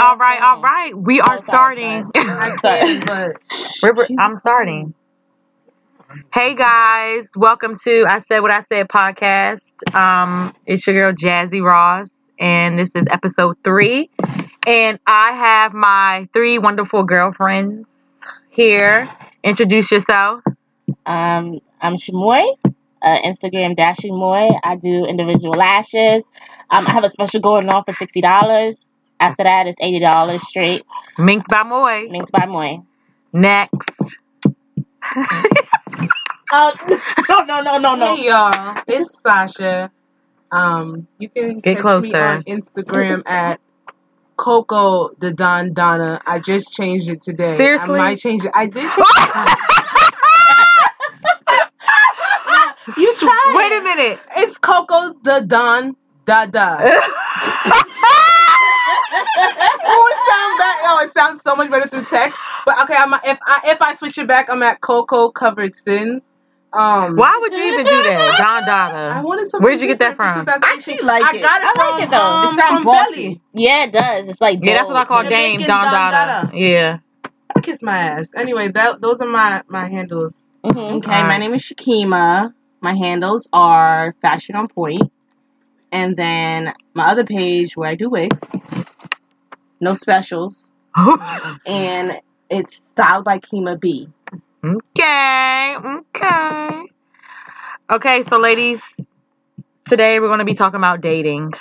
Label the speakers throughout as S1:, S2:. S1: all right, all right. We are
S2: Oh, sorry, sorry.
S1: starting.
S2: I'm sorry, but
S1: We're- I'm starting. Hey guys, welcome to I Said What I Said podcast. Um, it's your girl Jazzy Ross, and this is episode three. And I have my three wonderful girlfriends here. Introduce yourself.
S2: um, I'm Shamoy, uh, Instagram dashing moy. I do individual lashes. Um, I have a special going on for sixty dollars. After that, it's eighty dollars straight.
S1: Minks by Moy.
S2: Minks by Moy.
S1: Next.
S2: Oh no no no no Oh, no!
S3: Hey y'all, it's Sasha. Um, you can
S1: Get
S3: catch me
S1: closer.
S3: on Instagram at Coco the Don Donna. I just changed it today.
S1: Seriously?
S3: I might change it. I did. Change it.
S2: You tried.
S1: Wait a minute.
S3: it's Coco the Don Dada. oh, it sounds bad. Oh, it sounds so much better through text. But okay, I'm if I if I switch it back, I'm at Coco Covered Sins. Um,
S1: Why would you even do that, Don Donna?
S3: I wanted something
S1: Where'd you get that
S3: different for
S1: from?
S3: 2018.
S2: I actually like
S3: I
S2: it.
S3: got it
S2: I
S3: from,
S2: like it, though. It
S3: um,
S2: sound
S3: from
S2: bossy.
S3: Belly.
S2: Yeah, it does. It's like
S1: Yeah, that's what I
S2: bold.
S1: call
S3: Jamaican
S1: games, Don
S3: Don
S1: Dada.
S3: Dada.
S1: Yeah.
S3: kiss my ass. Anyway, that those are my my handles.
S2: Mhm.
S4: Okay,
S1: Alright.
S4: my name is Shakima. My handles are Fashion on Point, and then my other page where I do wigs, no specials, and it's styled by Kima B.
S1: Okay, okay. Okay, so ladies, today we're going to be talking about dating.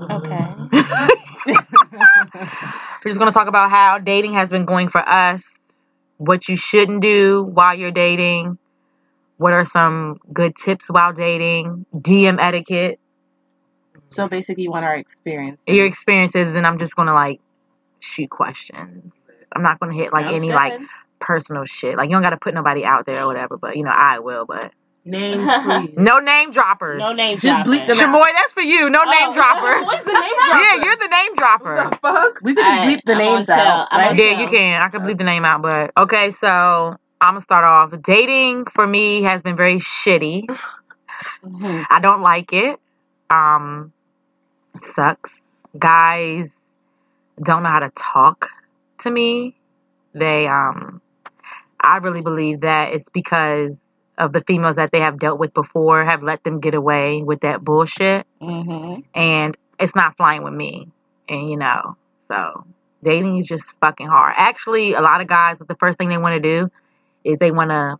S2: Okay.
S1: We're just going to talk about how dating has been going for us, what you shouldn't do while you're dating, what are some good tips while dating, DM etiquette,
S4: So basically, you want our experience.
S1: your experiences, and I'm just going to like shoot questions. I'm not going to hit like
S4: Sounds
S1: any
S4: good.
S1: like personal shit. Like you don't got to put nobody out there or whatever, but you know, I will, but
S3: Names, please.
S1: no name droppers.
S2: No name.
S4: Just
S2: dropping.
S4: bleep them out.
S1: Shamoy, that's for you. No
S2: Oh.
S1: name dropper.
S3: What's the name
S1: yeah, you're the name dropper.
S3: What the fuck?
S4: we could just
S2: Alright,
S4: bleep the
S2: I'm on
S4: names
S2: chill.
S4: out.
S2: I'm on
S4: Right?
S2: chill.
S1: Yeah, you can. I could leave the name out, but okay, so I'm gonna start off. Dating for me has been very shitty.
S2: Mhm.
S1: I don't like it. Um sucks. Guys don't know how to talk to me. They um I really believe that it's because of the females that they have dealt with before have let them get away with that bullshit.
S2: Mhm.
S1: and it's not flying with me. And you know, so dating is just fucking hard. Actually, a lot of guys, the first thing they want to do is they want to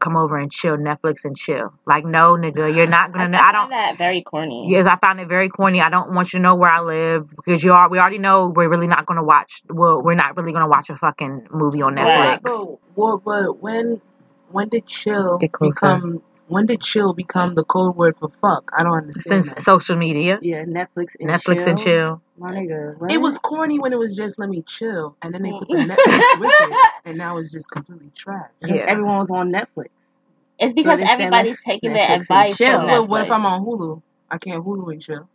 S1: come over and chill Netflix and chill. Like, no, nigga, you're not
S2: I,
S1: gonna. know. I
S2: find
S1: don't.
S2: that very corny.
S1: Yes, I found it very corny. I don't want you to know where I live because you are. We already know we're really not gonna watch. Well, we're not really gonna watch a fucking movie on
S2: Right.
S1: Netflix.
S3: But, but, but when when did chill
S1: Get closer.
S3: become when did chill become the code word for fuck? I don't understand.
S1: Since
S3: that.
S1: social media,
S4: Yeah, Netflix and
S1: Netflix
S4: chill.
S1: and chill.
S4: My nigga, what?
S3: It was corny when it was just let me chill, and then they put the
S4: Mm-hmm.
S3: Netflix with it, and now it's just completely trash.
S4: Because
S1: Yeah.
S4: everyone was on Netflix.
S2: It's because
S4: they said
S2: everybody's
S4: let's
S2: taking
S4: Netflix
S2: their
S4: and
S2: advice
S4: chill.
S2: from
S4: Well,
S3: But what if
S2: Netflix.
S3: I'm on Hulu? I can't Hulu and chill.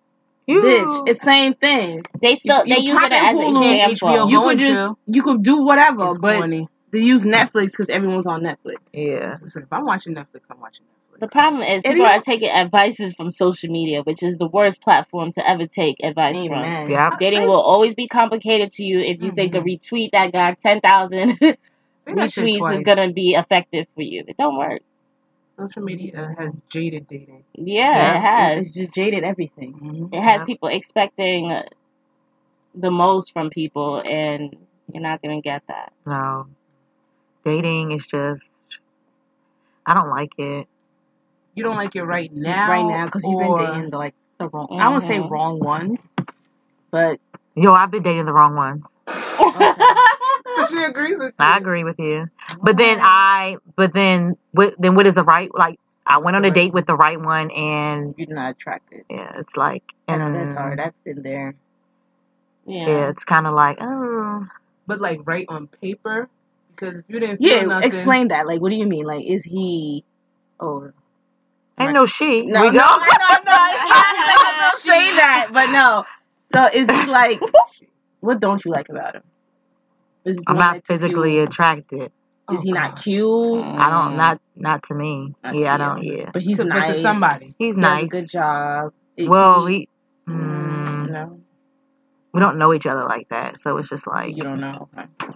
S4: Bitch, it's same thing.
S2: They still
S4: you
S2: they use it
S4: popping
S2: as an
S4: Hulu,
S3: can't HBO
S2: example.
S4: You
S3: Go
S4: could
S3: and
S4: just
S3: chill.
S4: you could do whatever,
S3: It's
S4: but
S3: corny.
S4: they use Netflix because everyone's on Netflix.
S1: yeah.
S3: Listen, if I'm watching Netflix, I'm watching Netflix.
S2: The problem is people
S4: Idiot.
S2: are taking advices from social media, which is the worst platform to ever take advice from.
S4: Amen.
S1: Yeah.
S2: Dating will always be complicated to you if you think a
S3: Mhm.
S2: retweet that got ten thousand
S3: Say that shit
S2: retweets is
S3: twice.
S2: gonna be effective for you. It don't work.
S3: Social media has jaded dating.
S2: Yeah,
S1: Yeah.
S2: it has.
S4: It's just jaded everything.
S3: Mhm.
S2: It has
S1: Yeah.
S2: people expecting the most from people, and you're not gonna get that.
S1: No. Dating is just I don't like it.
S3: You don't like it right now.
S4: right now because you've been
S3: or-
S4: dating the, like the wrong. I won't say
S2: Mhm.
S1: Mm-hmm.
S4: wrong one, but
S1: Yo, I've been dating the wrong ones.
S3: So she agrees with
S1: I
S3: you.
S1: agree with you. But then I but then what then what is the right like I went on a
S4: Sorry.
S1: date with the right one and
S4: you're not attracted.
S1: yeah, it's like
S4: I
S1: and
S4: know that's hard. That's in there.
S2: yeah.
S1: yeah, it's kinda like, oh
S3: But like right on paper, because if you didn't feel
S4: Yeah,
S3: nothing,
S4: explain that. Like, what do you mean? Like, is he? Oh
S1: ain't
S4: Right.
S1: no she.
S4: no,
S1: we
S4: no, no, no, no,
S1: go.
S4: I'm not saying that. But no. So is he like? what don't you like about him? Is this the
S1: I'm
S4: one
S1: not
S4: that took
S1: physically
S4: You,
S1: attracted.
S3: Oh,
S4: is he not
S3: God.
S4: cute?
S2: Mm.
S1: I don't not not to me.
S4: Not
S1: yeah, I
S4: to you.
S1: don't yeah.
S4: But he's
S3: to,
S4: nice.
S3: but to somebody?
S1: He's
S4: He
S1: nice.
S4: Does a good job. It-
S1: Well
S4: he-
S1: he mm,
S4: no.
S1: we don't know each other like that. So it's just like
S3: You don't know. Okay.
S1: But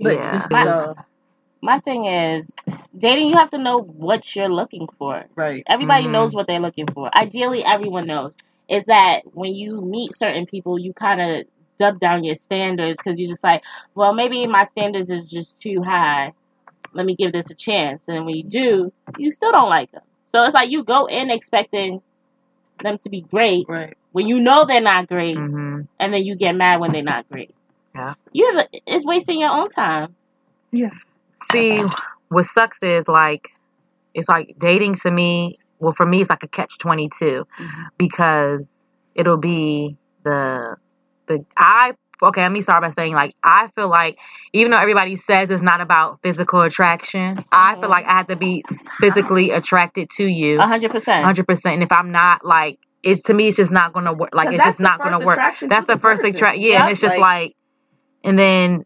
S3: But
S1: Yeah.
S3: this is
S2: My-
S3: a
S2: My thing is, dating, you have to know what you're looking for.
S3: right.
S2: Everybody
S1: Mhm.
S2: knows what they're looking for. Ideally, everyone knows. Is that when you meet certain people, you kind of dub down your standards because you're just like, well, maybe my standards is just too high. Let me give this a chance. And when you do, you still don't like them. So it's like you go in expecting them to be great
S3: Right.
S2: when you know they're not great,
S1: Mhm.
S2: and then you get mad when they're not great.
S1: Yeah.
S2: You have a, it's wasting your own time.
S1: See, what sucks is like it's like dating to me. Well, for me, it's like a catch twenty two.
S3: Mm-hmm.
S1: because it'll be the the I okay, let me start by saying like I feel like even though everybody says it's not about physical attraction, I feel
S2: Mhm.
S1: like
S3: Mm-hmm.
S1: I have to be physically attracted to you
S2: A hundred percent.
S1: 100% and if I'm not like it's to me it's just not going to work like
S3: 'Cause
S1: it's just
S3: that's the
S1: not going to
S3: first
S1: work.
S3: attraction
S1: That's
S3: to
S1: the first
S3: person.
S1: attract yeah, and
S2: Yep,
S1: it's just
S3: like-
S1: like and then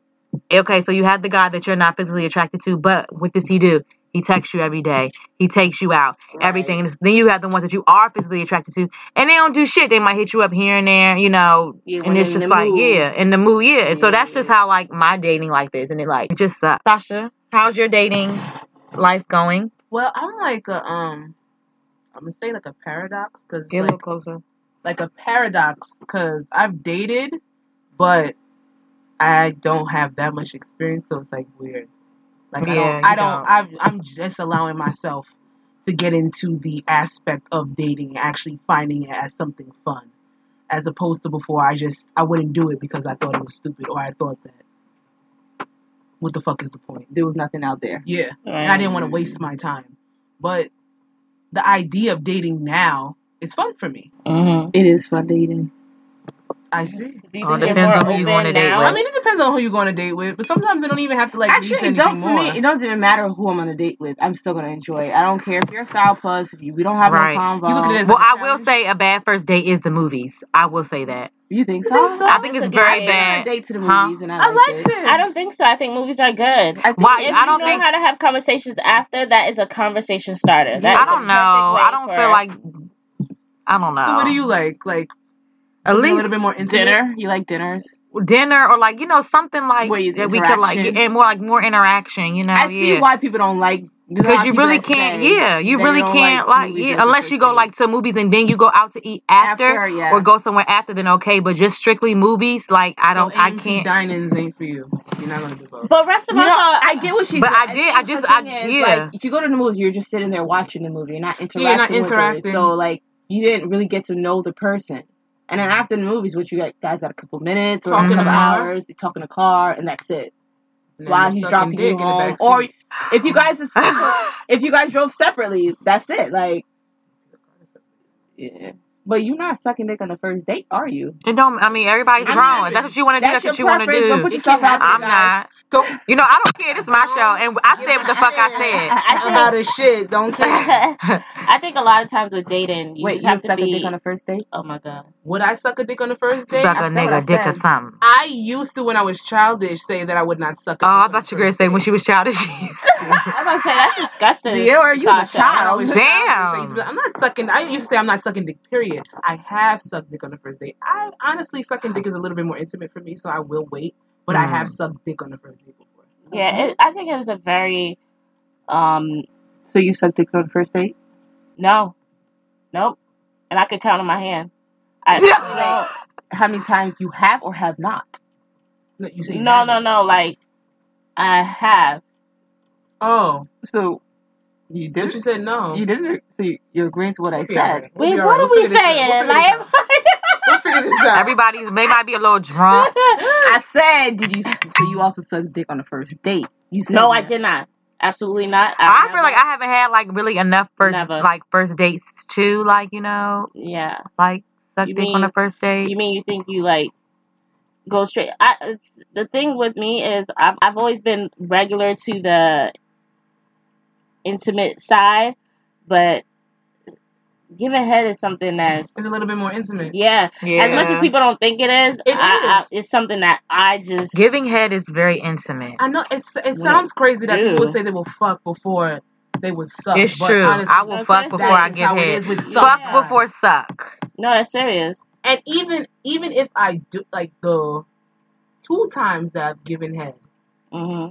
S1: okay, so you have the guy that you're not physically attracted to, but what does he do? He texts you every day. He takes you out. Everything.
S3: Right.
S1: And it's- then you have the ones that you are physically attracted to, and they don't do shit. They might hit you up here and there, you know.
S3: Yeah, when
S1: And it's
S3: in
S1: just
S3: the
S1: like,
S3: mood.
S1: yeah, in the mood, yeah. And so that's just
S3: Yeah.
S1: how like my dating life is, and it like it just sucks. Sasha, how's your dating life going?
S3: Well, I'm like a um, I'm gonna say like a paradox because it's
S1: Get a
S3: like
S1: little closer.
S3: like a paradox because I've dated, but I don't have that much experience, so it's like weird. Like I
S1: Yeah,
S3: don't,
S1: you
S3: I don't,
S1: don't.
S3: I've, I'm just allowing myself to get into the aspect of dating, actually finding it as something fun, as opposed to before I just I wouldn't do it because I thought it was stupid or I thought that what the fuck is the point? There was nothing out there. Yeah, and I didn't want to waste my time, but the idea of dating now is fun for me.
S2: hmm
S4: Mm-hmm.
S3: It is fun dating. I see.
S2: Do you
S1: All
S2: think you're
S1: depends
S2: more
S1: on who you going to
S2: open
S1: date
S2: now?
S1: with.
S3: I mean, it depends on who you're going to date with, but sometimes they don't even have to like lead to
S4: Actually, it
S3: anything
S4: don't for
S3: more.
S4: me. It doesn't even matter who I'm on a date with. I'm still gonna enjoy it. I don't care if you're a sourpuss. If you, we don't have no
S1: Right.
S4: convo.
S3: You look at it as
S1: Well,
S3: like a
S1: I will
S3: challenge.
S1: say a bad first date is the movies. I will say that.
S4: you think
S3: You
S4: so?
S3: think so?
S1: I
S2: I
S1: think
S2: think it's
S1: Oh, it's
S2: a good
S1: very
S4: I've been
S2: thing.
S4: on
S1: bad,
S4: dates to the
S1: huh?
S4: movies and I
S3: I
S4: liked it.
S3: liked it.
S2: I don't think so. I think movies are good.
S4: I think
S1: Why?
S4: it
S2: If
S1: I
S2: you
S1: don't
S2: know
S1: think
S2: how to have conversations after, that is a conversation starter. That
S1: I
S2: is a
S1: don't
S4: yes.
S2: perfect
S1: know. I
S2: way
S1: don't feel
S2: for
S1: like I don't know.
S3: So what do you like? Like
S1: At
S3: something a
S1: least
S3: little bit more intimate?
S4: Dinner. You like dinners?
S1: dinner or like you know something like
S4: Where is
S1: that we could like get
S4: interaction?
S1: in more like more interaction. You know,
S4: I see
S1: yeah.
S4: why people don't like. There's a
S1: Because
S4: lot of
S1: you
S4: people
S1: really
S4: that
S1: can't,
S4: say
S1: yeah, you
S4: they
S1: really
S4: don't like
S1: can't, like,
S4: movies
S1: yeah,
S4: as a
S1: unless you
S4: first
S1: go
S4: date.
S1: like to movies and then you go out to eat after
S4: After,
S1: or
S4: yeah.
S1: go somewhere after, then okay. But just strictly movies, like, I
S3: So
S1: don't, I
S3: AMC
S1: can't.
S3: dinings ain't for you. You're not gonna do both.
S2: But
S4: You
S2: restaurants
S4: know,
S2: are.
S4: I get what she's
S1: But
S4: saying.
S1: I
S4: I
S1: did, I
S4: think her
S1: just, I,
S4: thing is like,
S1: yeah,
S4: if you go to the movies, you're just sitting there watching the movie. You're not
S3: Yeah, you're not
S4: interacting with it,
S3: interacting.
S4: so like, you didn't really get to know the person. And then after the movies, what you got- guys got a couple minutes or a
S3: Talk in a
S4: couple
S1: hmm
S3: car,
S4: hours. You talk in a car, and that's it.
S3: and then
S4: While
S3: you're
S4: he's
S3: sucking
S4: dropping you
S3: dick in the
S4: home,
S3: back
S4: or
S3: seat.
S4: if you guys are separate, if you guys drove separately, that's it. Like, yeah. But you're not sucking dick on the first date, are you?
S1: it don't, I mean, everybody's
S3: It can
S4: I'm
S1: grown. If
S4: not.
S1: that's
S3: happen.
S1: what you want to do,
S4: That's
S1: that's
S4: your
S1: what you want to
S4: preference. Don't
S1: do.
S4: put
S3: It can
S4: yourself out there,
S3: happen,
S1: I'm
S4: guys.
S1: not.
S3: Don't
S1: You know, I don't care. This is my show,
S3: don't
S1: and I
S3: give
S1: said what
S3: a
S1: the fuck I
S3: shit
S1: said.
S2: I
S3: about a shit. Don't care.
S2: think. I think a lot of times with dating, you
S4: Wait,
S2: just
S4: you would
S2: have to
S4: suck a dick on
S2: be.
S4: the first date?
S2: Oh my god.
S3: Would I suck a dick on the first date?
S1: Suck
S4: I
S1: a
S4: said what I
S1: nigga dick or
S4: said.
S1: something.
S3: I used to when I was childish say that I would not suck
S1: Oh,
S3: a
S1: I
S3: dick on the
S1: thought you were going to
S3: first
S1: say when
S3: date.
S1: she was childish, she used to.
S2: I'm about to say that's disgusting,
S4: Dior, you was a
S2: Sasha.
S3: When I was
S4: child.
S3: childish, I used to be
S1: Damn.
S3: like, I'm not sucking. I used to say I'm not sucking dick. Period. I have sucked dick on the first date. I honestly sucking dick is a little bit more intimate for me, so I will wait. But I have
S1: Mm.
S3: sucked dick on the first date before.
S2: Yeah, it, I think it was a very um
S4: So you sucked dick on the first date?
S2: no, nope, and I could count on my hand. I actually
S1: Yeah.
S4: Wait,
S2: don't.
S4: how many times you have or have not?
S3: No, you say you
S2: No, no,
S3: haven't.
S2: no. Like I have.
S3: Oh,
S4: So you
S3: but
S4: didn't.
S3: you said no.
S4: You didn't. So you- you're agreeing to what I
S3: We'll be all
S4: said.
S3: right. We'll
S2: Wait,
S3: be all
S2: what
S3: right.
S2: are
S3: We'll
S2: we
S3: figure this out. We'll
S2: saying?
S3: figure this
S2: Like
S3: out. We'll figure this out.
S1: Everybody's, they might be a little drunk.
S4: I said, did you? So you also sucked dick on the first date. You said
S2: no, I
S4: that.
S2: did not. Absolutely not. I've
S1: I feel like
S2: never,
S1: I haven't had like really enough first
S2: never.
S1: like first dates to like you know
S2: Yeah.
S1: like suck
S2: You
S1: dick on the
S2: mean
S1: first date.
S2: you mean you think you like go straight? I it's, the thing with me is I've I've always been regular to the intimate side, but giving head is something that's
S3: It's a little bit more intimate.
S2: yeah. As much as
S1: Yeah,
S2: people don't think it is,
S3: It
S2: I, I
S3: is.
S2: it's something that I just
S1: giving head is very intimate.
S3: I know it's it
S2: wouldn't
S3: sounds crazy that people would
S2: do.
S3: say they will fuck before they would suck,
S1: It's
S3: but
S1: true. I
S3: honestly,
S1: will
S2: No,
S1: fuck
S2: seriously.
S1: before
S3: that's
S1: I
S3: just
S1: give
S3: how it
S1: head.
S3: is with
S1: Fuck
S2: Yeah.
S3: sometimes.
S1: before suck.
S2: No, that's serious.
S3: And even even if I do like the two times that I've given head
S2: Mm-hmm.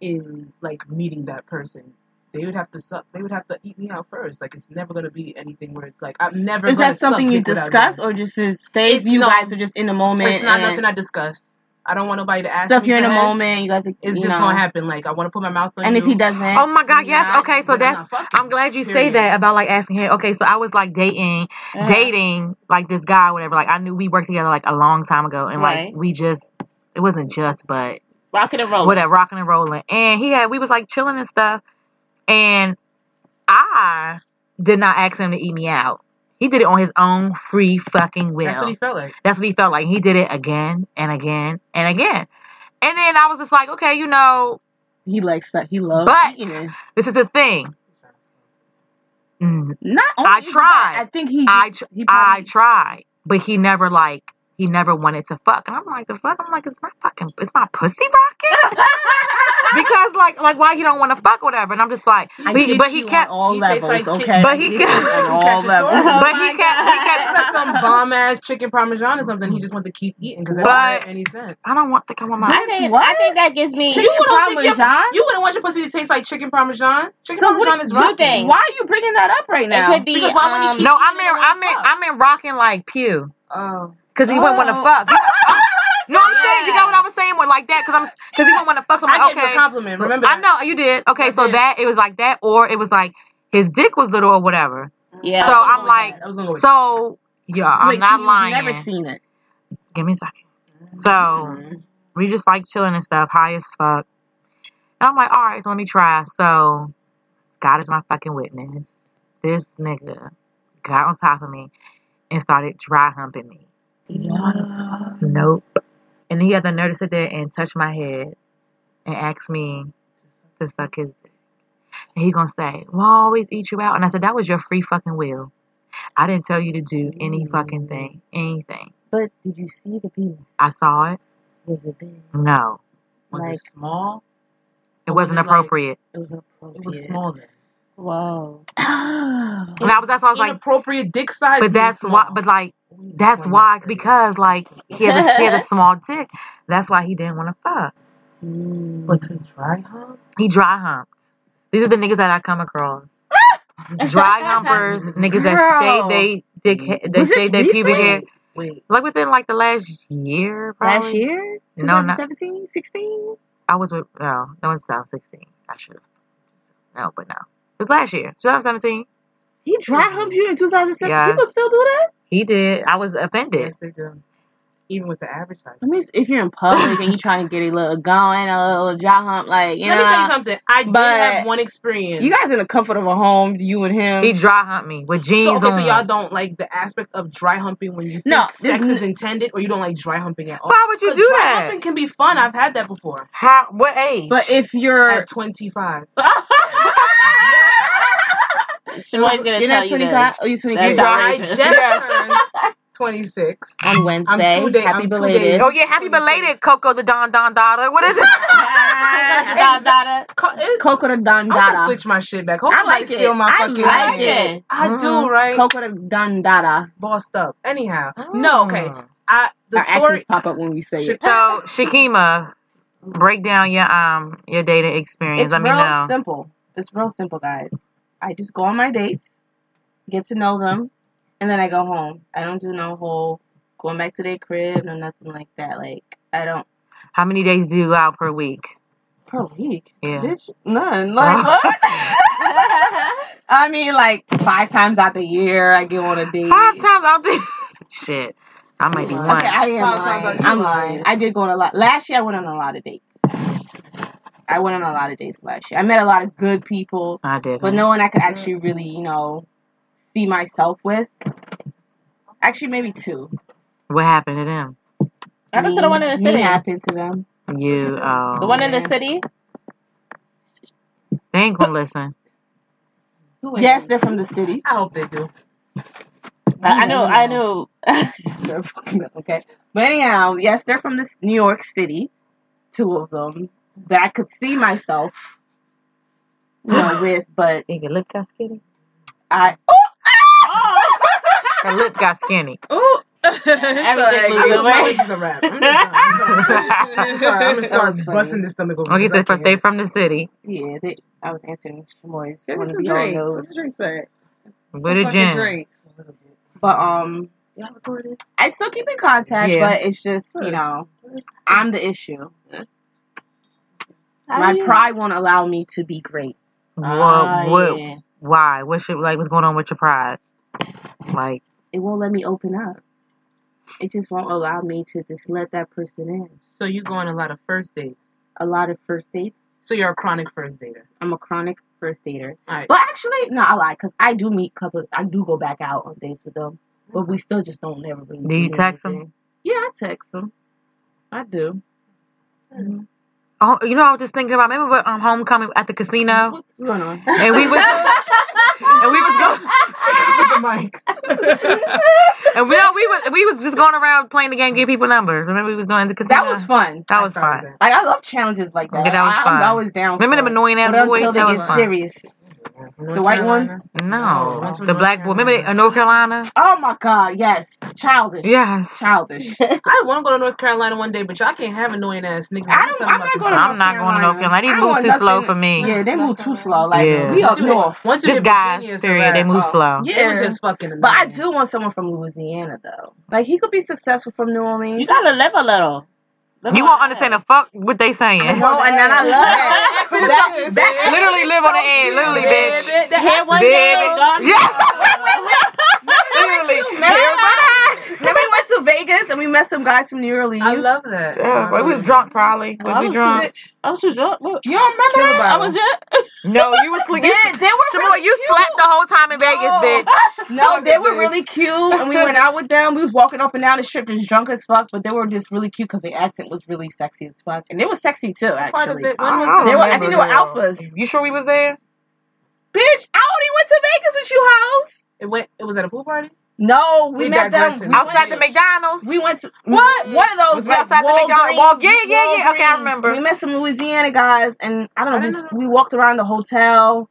S3: in like meeting that person, they would have to suck. They would have to eat me out first. Like it's never gonna be anything where it's like I'm never.
S4: Is
S3: gonna
S4: that something
S3: suck
S4: you
S3: dick without
S4: discuss
S3: me.
S4: or just is stays
S3: It's
S4: you
S3: no-
S4: guys are just in the moment?
S3: It's not
S4: and-
S3: nothing I discuss. I don't want nobody to ask
S4: So if
S3: me.
S4: you're in
S3: for
S4: a
S3: head.
S4: moment, you guys, are,
S3: It's
S4: you
S3: just
S4: know,
S3: gonna happen. Like I want to put my mouth on
S4: and
S3: you.
S4: if he doesn't,
S1: Oh my God,
S3: We're
S1: yes.
S3: not-
S1: Okay, so
S3: we're
S1: that's
S3: not fucking,
S1: I'm glad you say
S3: period.
S1: that about like asking him. Okay, so I was like dating,
S3: Uh-huh.
S1: dating like this guy, or whatever. Like I knew we worked together like a long time ago, and like
S2: Right.
S1: we just it wasn't just, but
S2: Rocking and
S3: Oh.
S2: rolling.
S1: whatever, rocking and rolling. And he had we was like chilling and stuff, and I did not ask him to eat me out. He did it on his own free fucking will.
S3: That's what he felt like.
S1: That's what he felt like. He did it again and again and again. And then I was just like, okay, you know,
S4: he likes that. He loves
S1: But-
S4: eating it.
S1: this is the thing. Mm,
S4: Not
S3: Oh,
S4: only
S1: I
S4: is he
S1: tried.
S4: that, I think he.
S1: I
S4: just-
S1: tr-
S4: he probably,
S1: I tried, but he never like he never wanted to fuck, and I'm like the fuck. I'm like it's not fucking. It's not pussy rocking because like like why he don't want to fuck or whatever, and I'm just like
S4: I
S1: but he,
S4: get
S1: but
S4: you
S1: he
S4: on
S1: kept
S4: all
S3: He tastes
S4: levels,
S3: like kid-
S4: okay?
S1: But
S4: I
S1: he
S4: get
S1: can-
S4: you on
S3: He
S4: all
S3: catches
S4: levels.
S3: tourists. Oh
S1: but he kept he
S3: It's like
S1: kept.
S3: some bomb ass chicken parmesan or something. He just wants to keep eating because it doesn't
S1: But
S3: make any sense.
S1: I don't want to come on my.
S2: I
S4: Bitch,
S2: think
S4: what?
S2: I think that gives me
S4: Chicken
S3: wouldn't think
S4: parmesan?
S3: Your, you wouldn't want your pussy to taste like chicken parmesan. Chicken
S4: So what-
S3: parmesan is
S2: two
S3: rocking.
S2: things.
S4: Why are you bringing that up right
S2: it
S4: now?
S2: could be
S3: Because why would he
S2: um
S3: keep-
S1: No, I'm
S3: You
S1: in
S3: don't
S1: I'm
S3: wanna
S1: in
S3: fuck.
S1: I'm in rocking like Pew
S3: Oh,
S1: because he wouldn't want to
S4: Oh.
S1: fuck. He- no, I'm saying you got what
S2: Yeah.
S1: I was saying with like that because I'm because he wouldn't want to fuck. So I'm
S3: I
S1: like
S3: gave you a
S1: okay.
S3: compliment. Remember
S1: I
S3: that.
S1: know you did. Okay,
S3: I
S1: so
S3: did.
S1: that it was like that, or it was like his dick was little or whatever.
S3: I
S2: Yeah.
S1: So
S3: was gonna go
S1: I'm
S3: with
S1: like,
S3: that. I was gonna go with that.
S1: so yeah, I'm
S4: Wait, so
S1: not
S4: you've
S1: lying.
S4: never seen it?
S1: Give me a second. So
S3: Mm-hmm.
S1: we just like chilling and stuff, high as fuck. And I'm like, all right, so let me try. So God is my fucking witness. This nigga got on top of me and started dry humping me. Nope. And he had the nerve to sit there and touch my head and ask me to suck his dick. And he gonna say, Well, I always eat you out. And I said, That was your free fucking will. I didn't tell you to do any fucking thing, anything.
S4: But did you see the penis?
S1: I saw it.
S4: Was it big?
S1: No,
S3: Was
S4: Like-
S3: it small?
S1: it
S3: Or was
S1: wasn't
S3: it like-
S1: appropriate.
S4: It was
S3: It was
S4: appropriate.
S3: small then.
S2: Whoa.
S4: Oh.
S1: and I was that's why I was like,
S3: Inappropriate dick size.
S1: but
S3: means
S1: that's why,
S3: small.
S1: but like
S3: We need to
S1: that's
S3: point out
S1: why
S3: that it is.
S1: because like he had a, he had a small dick. That's why he didn't want to fuck.
S3: But to dry hump?
S1: He dry humped. These are the niggas that I come across. Dry humpers, niggas that shave
S4: Girl.
S1: they dick, they
S4: Was this
S1: shave their pubic hair.
S4: recent?
S3: Wait,
S1: Like within like the last year, probably.
S4: Last year?
S1: No, not
S4: 2017? 16?
S1: I was with no, no one's found sixteen. I should have. No, but no. It was last year, 2017.
S4: He dry humped you in 2007.
S1: Yeah.
S4: People still do that?
S1: He did. I was offended.
S3: yes they do. Even with the advertising.
S4: I mean, if you're in public and you're trying to get a little going, a little dry hump, like, you
S3: Let me tell you
S4: know.
S3: something. I did
S4: but-
S3: have one experience.
S4: You guys in the comfort of a home, you and him.
S1: He dry humped me with
S3: so
S1: jeans
S3: okay, so
S1: on.
S3: y'all don't like the aspect of dry humping when you think
S4: No, this
S3: sex
S4: n-
S3: is intended, or you don't like dry humping at all.
S1: Why would you
S3: 'Cause
S1: do
S3: dry
S1: that?
S3: humping can be fun. I've had that before
S1: How? What age?
S4: but if you're
S3: at 25.
S2: She always gonna
S4: you're
S2: tell
S4: not
S2: you
S4: 25,
S2: that.
S4: oh, you're 26
S2: That's
S4: dry
S3: I
S2: outrageous.
S3: just turned 26.
S4: on
S3: I'm
S4: Wednesday.
S3: two days.
S4: Happy
S3: I'm two
S4: belated.
S3: days.
S1: oh yeah, happy
S3: 26.
S1: belated Coco the Don Don daughter. What is it?
S2: That's da da
S3: Co- it-
S4: Coco the
S3: I'm gonna
S4: Dandada.
S3: switch my shit back.
S4: I
S3: Hopefully,
S4: like
S3: they
S4: it.
S3: steal my
S4: I
S3: fucking
S2: I like
S4: like
S3: name.
S2: it.
S4: it.
S3: I
S1: Mhm.
S3: do, right?
S4: Coco the Dandada.
S3: Bossed up. Anyhow,
S4: Mm.
S3: no, okay. I the
S4: Our accents
S3: story.
S4: pop up when we say it.
S1: So Shakima, break down your um your dating experience.
S4: It's
S1: Let me
S4: real
S1: know.
S4: simple. It's real simple, guys. I just go on my dates, get to know them, and then I go home. I don't do no whole going back to their crib or nothing like that. Like I don't
S1: How many days do you go out per week?
S4: per week,
S1: Yeah.
S4: bitch. None. Like what? I mean, like five times out the year, I go on a date.
S1: Five times I'll do. Shit, I might be one.
S4: Okay, I
S3: Five
S4: am
S3: times
S4: lying.
S3: out- you
S4: I'm
S3: lying.
S4: lying. I did go on a lot. Last year, I went on a lot of dates. I went on a lot of dates last year. I met a lot of good people,
S1: I didn't.
S4: but no one I could actually really, you know, see myself with. Actually, maybe two.
S1: What happened to them?
S2: What happened to the
S4: Me-
S2: one in the
S4: me
S2: city?
S4: happened to them.
S1: You. Um,
S2: The one in the
S4: Yeah.
S2: city?
S1: They ain't gonna listen.
S4: Yes, they're from the city.
S3: I hope they do.
S2: I, I know, I know.
S4: They're fucking okay. But anyhow, yes, they're from this New York City. Two of them that I could see myself, you know, with. But
S1: Think your lip got skinny.
S4: I
S5: Oh,
S1: Her lip got skinny.
S4: ooh
S2: Everything
S3: I
S2: was
S3: was
S2: the way.
S3: my wages a wrap. I'm, just done. I'm sorry. I'm gonna start busting this stomach open.
S1: Like you
S3: 'cause I
S1: said, from,
S3: can't.
S1: they from the city.
S4: Yeah, they, I was answering Shamoy's
S5: Give me
S4: wanna
S5: some
S4: be all
S5: drinks.
S4: knows.
S5: What the drinks at?
S1: With
S5: Some
S1: a
S5: fucking
S1: gin.
S5: drinks.
S4: But um
S5: Y'all recorded?
S4: I still keep in contact,
S1: Yeah.
S4: but it's just, you
S5: Yes.
S4: know, I'm the issue.
S2: How
S4: My
S2: do you-
S4: pride won't allow me to be great.
S2: Ah,
S1: What? What?
S2: yeah.
S1: Why? What's your like? What's going on with your pride? Like,
S4: It won't let me open up. It just won't allow me to just let that person in.
S3: So you go on a lot of first dates.
S4: A lot of first dates,
S3: So you're a chronic first dater.
S4: I'm a chronic first dater.
S3: All right.
S4: But actually, no, I lie, because I do meet couples. I do go back out on dates with them. But we still just don't never really
S1: do you
S4: do
S1: text them?
S4: anything. Yeah, I text them. I do.
S1: Oh, you know, I was just thinking about remember when, um, homecoming at the
S3: Oh.
S1: casino,
S4: What's going on?
S1: and we was and we was going
S3: With the mic.
S1: and we all- we was we was just going around playing the game, give people numbers. Remember we was doing at the casino.
S4: That was fun.
S1: That
S3: I
S1: was
S3: started
S1: fun.
S3: that.
S4: Like I love challenges like that.
S1: Yeah, that was
S4: I,
S1: fun.
S4: I'm always down.
S1: Remember
S4: for
S1: them
S4: it.
S1: annoying ass
S4: But until
S1: boys?
S4: they
S1: That was
S4: get
S1: fun.
S4: serious,
S3: North
S4: the white
S3: Carolina.
S4: ones.
S1: No,
S3: Once with
S1: the
S3: North
S1: black boy. Remember they,
S3: Carolina.
S1: in North Carolina?
S4: Oh my god, yes, childish.
S1: Yes.
S4: childish.
S3: I want to go to North Carolina one day, but y'all can't have annoying ass niggas.
S4: I don't. I'm not going to
S1: I'm
S4: North
S1: not going to North
S4: Carolina.
S1: Carolina. They
S4: I
S1: move
S4: want
S1: too slow
S4: nothing.
S1: for me.
S4: Yeah, they
S5: North
S4: move too slow.
S5: Carolina.
S4: Like
S1: Yeah.
S4: we up
S3: Once you
S4: north.
S3: hit, once you
S1: Just
S3: hit
S1: guys,
S3: Virginia, it's a
S1: period. They
S3: wrap.
S1: move
S4: Oh
S1: slow.
S3: It was
S4: yeah.
S3: just fucking annoying.
S4: But I do want someone from Louisiana though. Like he could be successful from New
S2: You
S4: Orleans.
S2: gotta live a little. Live
S1: You
S2: on
S1: won't
S2: the
S1: understand the
S2: edge.
S1: fuck what they saying.
S4: No, Oh, and then I love that.
S3: Accent
S4: That-
S3: is-
S4: that-
S1: Literally live on the edge. Literally, bitch.
S3: Yeah, that-
S2: Here one day,
S1: Baby.
S2: gone.
S1: Yeah. Literally.
S4: Remember,
S1: Here one
S4: when- remember we went to Vegas and we met some guys from New Orleans.
S3: I love that.
S1: Yeah,
S3: I
S1: we was
S3: love
S1: drunk probably. Was
S2: I
S1: we
S2: was
S1: drunk?
S4: Bitch,
S2: I was just drunk. Look,
S4: you don't remember
S3: Kill
S4: that?
S2: I
S3: bottle.
S2: was it.
S1: No, you was sleep.
S4: They,
S1: You,
S4: they were
S1: Shamoy,
S4: really
S1: you
S4: cute. Oh.
S1: slept the whole time in Vegas, bitch.
S4: No,
S3: Fuck
S4: they
S3: is
S4: were
S3: this?
S4: really cute, and we went out with them. We was walking up and down the strip, just drunk as fuck. But they were just really cute because the accent was really sexy as fuck, and they were sexy too,
S3: What part of
S4: actually.
S3: it?
S1: I
S3: When was
S1: don't
S4: They
S3: the
S4: were, I think
S1: remember.
S4: they were
S3: girl?
S4: alphas.
S1: You sure we was there?
S4: Bitch, I only went to Vegas with you, hoes.
S3: It went. It was at a pool party.
S4: No, we
S3: We
S4: met them.
S3: digressing.
S4: We
S3: I was
S1: Outside
S4: went,
S1: the
S3: Bitch.
S1: McDonald's.
S4: we went to
S1: What?
S4: one of those
S1: Was we
S4: like
S1: outside the McDonald's?
S4: Walgreens.
S1: Wall- yeah, yeah, yeah. Okay, I
S4: Walgreens.
S1: remember.
S4: We met some Louisiana guys, and I
S3: I
S4: don't know.
S3: didn't
S4: We,
S3: know
S4: we walked around the hotel.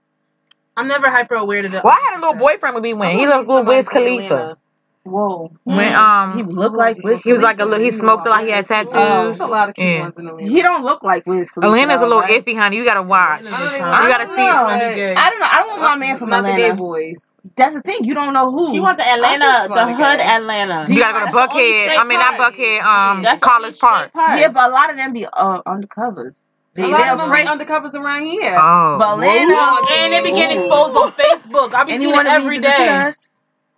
S3: I'm never hyper aware to the.
S1: Well, I had a little boyfriend when we went.
S4: Oh,
S1: He looked like Wiz Khalifa.
S4: Whoa, Mm.
S1: When
S4: he
S1: um,
S4: looked like Wiz
S1: he was like a
S4: Khalifa.
S1: little. He smoked a lot. He had
S4: Oh.
S1: tattoos.
S5: There's a lot of cute
S1: Uh, Yeah.
S5: ones in Atlanta.
S4: He don't look like Wiz Khalifa.
S1: Atlanta's a little
S4: right?
S1: iffy, honey. You gotta watch.
S3: Atlanta's a
S1: You
S3: problem.
S4: I
S1: gotta
S4: don't
S1: see.
S4: know.
S3: Might be gay.
S4: I don't know. I don't want my man
S5: Uh,
S4: from
S5: not the gay
S4: Atlanta.
S5: boys.
S4: That's the thing. You don't know who.
S2: She went to
S5: just
S2: Atlanta,
S5: want
S2: the
S5: a
S2: hood
S5: guy.
S2: Atlanta.
S1: You gotta go to
S2: That's the only
S1: Buckhead.
S2: straight
S1: I mean, not
S2: part.
S1: Buckhead. Um,
S2: That's the only
S1: College
S2: straight
S1: Park.
S2: part.
S4: yeah, but a lot of them be uh, undercovers. They
S5: A lot
S4: they're
S5: of them be
S4: afraid.
S5: undercovers around here.
S1: Oh,
S4: But
S5: You
S4: Atlanta,
S5: want
S3: And they be getting
S5: Ooh.
S3: exposed on Facebook. I be
S4: and you
S3: seeing it
S4: want to be
S3: every
S4: the
S3: day.
S4: discuss.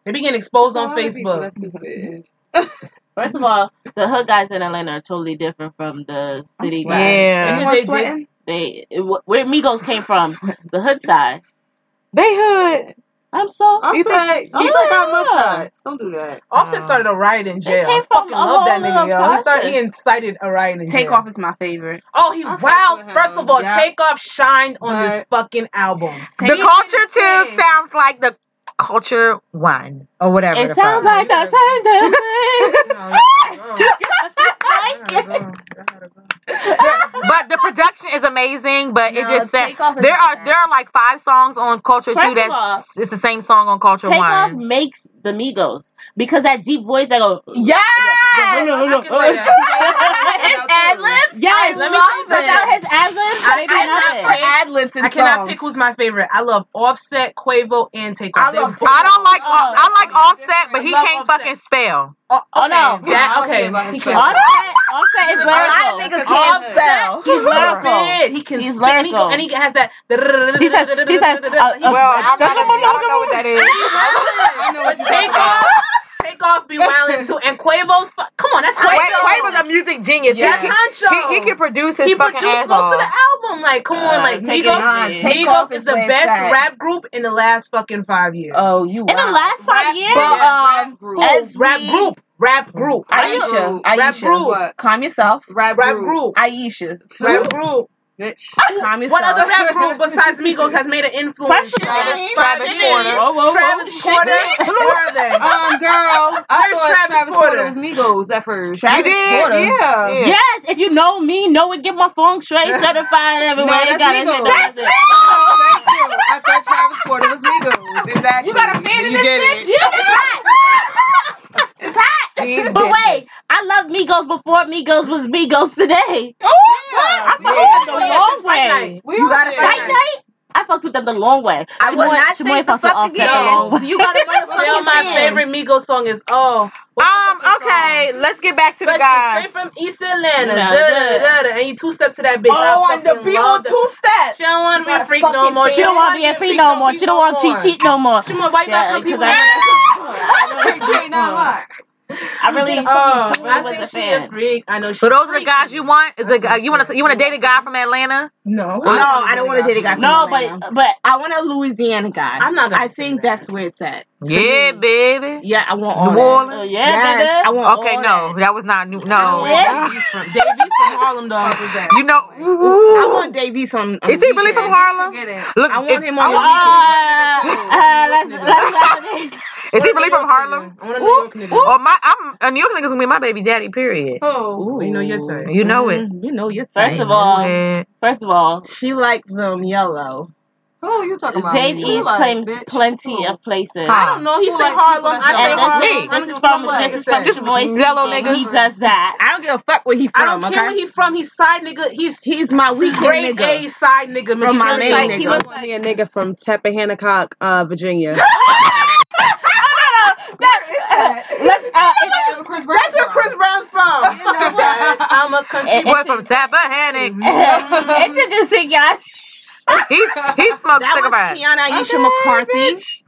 S3: They be getting
S5: There's
S3: exposed
S5: a
S3: on
S5: lot of people.
S3: Facebook.
S5: That's just what it is.
S2: First of all, the hood guys in Atlanta are totally different from the
S4: I'm
S2: city guys.
S4: sweating.
S1: yeah.
S3: Even
S4: Anyone
S3: they did.
S4: sweating?
S2: They it- where Migos came from, the hood side.
S1: They hood.
S2: I'm so
S5: I'm
S1: You think?
S5: sorry. I'm sorry. Got
S2: Yeah.
S5: mugshots. Don't do that.
S3: Offset
S1: Oh.
S3: started a riot in
S2: They
S3: jail.
S2: came
S3: I
S2: from
S3: fucking
S2: a
S3: love that
S2: whole
S3: nigga,
S2: little
S3: yo. He started. He
S2: process.
S3: incited a riot in
S4: Take
S3: jail.
S4: off is my favorite.
S3: Oh, he
S5: I fucks
S3: wow.
S5: with
S3: First of
S5: him.
S3: all,
S4: Yeah.
S3: Takeoff shined on this
S5: But
S3: fucking album.
S1: The
S4: Take
S5: he
S1: culture
S5: didn't
S1: too
S5: sing.
S1: sounds like the culture one or whatever
S2: It
S1: the fuck.
S2: sounds
S5: No, you
S2: like the
S5: gotta
S2: same damn thing.
S5: No, you gotta go. You
S2: Like
S5: gotta
S2: it.
S5: go. You gotta go.
S1: But the production is amazing. But it
S4: no
S1: just sa-
S4: take off is
S1: there
S4: my
S1: are there are like five songs on culture two
S2: First of all,
S1: that's it's the same song on culture
S2: Takeoff
S1: one.
S2: makes the Migos because that deep voice that goes.
S4: Yes.
S3: I can say that.
S4: His ad libs.
S2: Yes,
S4: I
S3: Let me tell you
S4: love
S3: something.
S2: without
S4: it.
S2: his absence,
S3: I-
S2: they do
S4: I love
S2: nothing.
S4: for ad libs
S3: I
S4: and
S3: cannot
S4: songs.
S3: pick who's my favorite. I love Offset, Quavo, and Takeoff.
S4: I
S3: They
S4: love
S3: both-
S1: I don't
S4: Takeoff.
S1: like
S2: Oh.
S1: I like Offset, but
S3: I
S1: he
S3: love
S1: can't
S3: Offset.
S1: fucking spell.
S3: Oh,
S2: Oh, no.
S3: okay, that
S5: I don't care
S3: okay.
S5: about
S3: He
S5: his
S3: can't.
S5: spelling.
S2: Offset, Offset is
S4: A lot of
S2: lyrical.
S4: niggas can't
S3: Offset,
S4: spell.
S2: He's lyrical.
S3: spit. He can
S2: He's
S3: spit, and he go,
S2: lyrical.
S3: and he has that.
S2: He says, he says, uh,
S3: He
S2: uh,
S1: Well, I'm
S3: wildin'.
S1: not a, I don't know what that is.
S5: I know
S3: But
S5: what you're talking
S3: take
S5: about.
S3: off, take off, be wildin' too. And Quavo's, fu- come on, that's
S1: Quay,
S3: Hancho.
S1: Quay was a music genius.
S4: Yeah.
S1: He,
S3: That's Hancho.
S1: he, he can produce his
S3: He
S1: fucking
S3: produced
S1: ass
S3: most
S1: off.
S3: of the album. Like, come on,
S2: Uh,
S3: like
S2: take it
S3: Migos.
S4: Nah,
S2: easy.
S4: take off
S3: Migos is
S4: is
S3: the
S4: where it's
S3: best
S4: at.
S3: rap group in the last fucking five years.
S4: Oh, you
S2: In the
S4: wild.
S2: last five
S5: Rap,
S4: But
S2: years,
S5: yeah,
S4: um,
S5: rap group.
S3: Who?
S4: as
S3: Rap
S4: we
S3: group. Rap group.
S5: Rap
S4: Aisha,
S5: group.
S4: Aisha,
S3: Rap group.
S5: What?
S4: calm yourself.
S5: Rap
S3: Rap
S5: group.
S3: group.
S4: Aisha,
S3: Rap
S5: Two?
S3: group.
S5: Bitch.
S4: calm
S3: What
S4: yourself.
S3: other rap group besides Migos has made an influence?
S2: Question
S3: on the
S2: is-
S3: last
S5: Shimmy,
S3: five
S1: Travis
S3: years?
S1: Porter.
S2: Whoa, whoa, whoa.
S3: Travis Porter? Where are they?
S5: Um, girl, I
S3: Where's
S5: thought
S3: Travis
S5: Travis Porter
S3: Porter?
S5: was Migos at first.
S1: You
S4: Travis
S1: did?
S4: Porter.
S5: Yeah.
S1: Yeah.
S2: Yes, if you know me, know it. Get my phone straight, certified
S5: No,
S2: everywhere. They
S5: that's
S2: gotta hit them.
S5: Migos. Thank you. I thought Travis Porter was Migos. Exactly.
S4: You got a man in
S5: you
S4: this
S5: get
S4: bitch.
S5: it.
S4: It's hot. It's hot.
S1: These
S2: But
S1: bitches.
S2: wait, I love Migos before Migos was Migos today. I
S4: Oh,
S2: fucked
S3: Yeah.
S2: with them the
S3: Oh, yeah,
S2: long
S3: since Fight
S2: way.
S3: Night.
S4: we
S3: You
S4: all
S3: gotta
S4: did.
S3: fight
S2: Fight night? I fucked with them the long way.
S1: I will
S2: Shamoy-
S1: not
S2: Shamoy
S1: sing the
S2: fucked with
S1: fuck
S2: Offset the long
S1: again.
S2: way.
S1: You got a motherfucking
S3: Still, my
S1: sing.
S3: favorite Migos song is "Oh." What's the
S1: Um.
S3: fucking
S1: Okay.
S3: song?
S1: Let's get back to the
S3: But she's straight
S1: guys.
S3: from East Atlanta.
S2: No,
S3: Da, da,
S2: good.
S3: da, da, and you two step to that bitch.
S4: Oh,
S3: I
S4: and the
S3: fucking
S4: people
S3: love that.
S4: two steps.
S3: She don't want to
S4: You
S3: be a
S4: gotta
S3: freak no
S4: fucking
S3: more.
S2: She
S4: say
S3: She
S2: don't
S4: it.
S3: don't
S2: want to be
S3: want to be
S2: a
S3: a
S2: free
S3: freak
S2: no
S3: no
S2: more.
S3: freak
S2: She don't
S3: no
S2: want to cheat
S3: more.
S2: cheat no more.
S3: Shimon, why you gotta
S2: Yeah,
S3: compete
S2: because
S3: with
S2: I know
S3: that?
S2: that song. I know that
S4: Jay,
S2: song.
S4: not mine.
S2: I really,
S3: Oh,
S2: truly
S3: I
S2: was
S3: think
S2: a
S3: she a
S2: fan.
S3: freak. I know she's
S1: So those are the
S3: freaky.
S1: guys you want. The
S3: That's
S1: guy
S3: my
S1: you want to
S3: shit.
S1: you want to date a guy from Atlanta?
S4: No.
S1: Or
S4: No,
S1: you-
S4: I don't want to date a guy from
S2: No,
S4: Atlanta.
S2: but but
S4: I want a Louisiana guy.
S3: I'm not gonna
S4: I
S3: say
S4: think
S3: that.
S4: that's where it's at. To
S1: yeah,
S4: me.
S1: baby.
S4: Yeah, I want
S1: New
S4: all that.
S2: uh,
S1: Orleans.
S2: yeah,
S4: Yes, I
S2: baby.
S4: want
S1: Okay,
S4: all
S1: no,
S4: that.
S1: that was not New.
S3: I don't
S1: No,
S3: want
S2: Yeah.
S3: Davies from Davies from Harlem though.
S4: Fuck is that?
S1: you know.
S4: I
S1: ooh.
S4: want Davies on, on
S1: Is
S4: the
S1: he really from
S4: weekend.
S1: Harlem?
S3: Forget it.
S1: Look,
S4: I want
S1: if,
S4: him
S1: I
S4: on the
S1: want,
S4: weekend.
S2: Oh, Uh, uh,
S3: I want a
S2: let's
S3: New York nigga.
S2: let's not do this.
S3: I
S1: is
S3: want
S1: he
S3: a New
S1: really from
S3: York
S1: Harlem?
S3: nigga. I want a New
S1: Ooh,
S3: York nigga.
S1: or my, I'm a New York niggas gonna be my baby daddy. Period.
S3: Oh, you know your
S4: Ooh,
S3: type.
S1: You know it.
S4: mm, you know your
S2: First
S4: type.
S1: They
S2: of
S1: know
S2: all,
S1: it.
S2: first of all,
S4: She likes them yellow.
S5: Who you talking about?
S2: Dave
S5: Who
S2: East
S5: like,
S2: claims
S5: bitch?
S2: plenty
S5: Who?
S2: of places.
S3: I
S1: Huh?
S3: don't know. He
S5: Who
S3: say
S5: like people
S3: Harlem.
S5: that's
S3: I say
S2: And
S5: yellow?
S2: this
S3: Harlem.
S2: is
S1: Me.
S3: I
S2: this
S3: don't
S2: is
S3: give a fuck
S2: from
S3: what the
S2: this
S5: What?
S3: nigga
S2: is from
S3: say.
S1: Just
S2: Shamoy
S1: yellow
S2: speaking.
S1: niggas.
S2: He says that.
S4: I don't give a fuck where he
S3: I
S4: from,
S3: don't care
S4: okay?
S3: where he from. He's side nigga. He's
S4: He's my weekend
S3: grade
S4: nigga
S3: A side nigga
S4: from my
S5: Looks
S3: material.
S4: main
S5: like
S2: He
S5: I
S4: nigga.
S2: looks
S5: want
S2: like
S5: me a nigga from Tappahannock, uh, Virginia.
S2: I don't know.
S4: Where is
S2: That
S4: that?
S2: let's uh, it's,
S5: Wherever Chris Brown
S3: That's where Chris Brown's from. You know that. I'm a country
S2: it,
S1: He
S3: boy.
S1: was
S2: it's
S1: from Tappahannock.
S2: it's interesting, guys.
S1: He he smokes
S4: That was
S1: cigarettes.
S4: Kiana Aisha McCarthy.
S5: bitch.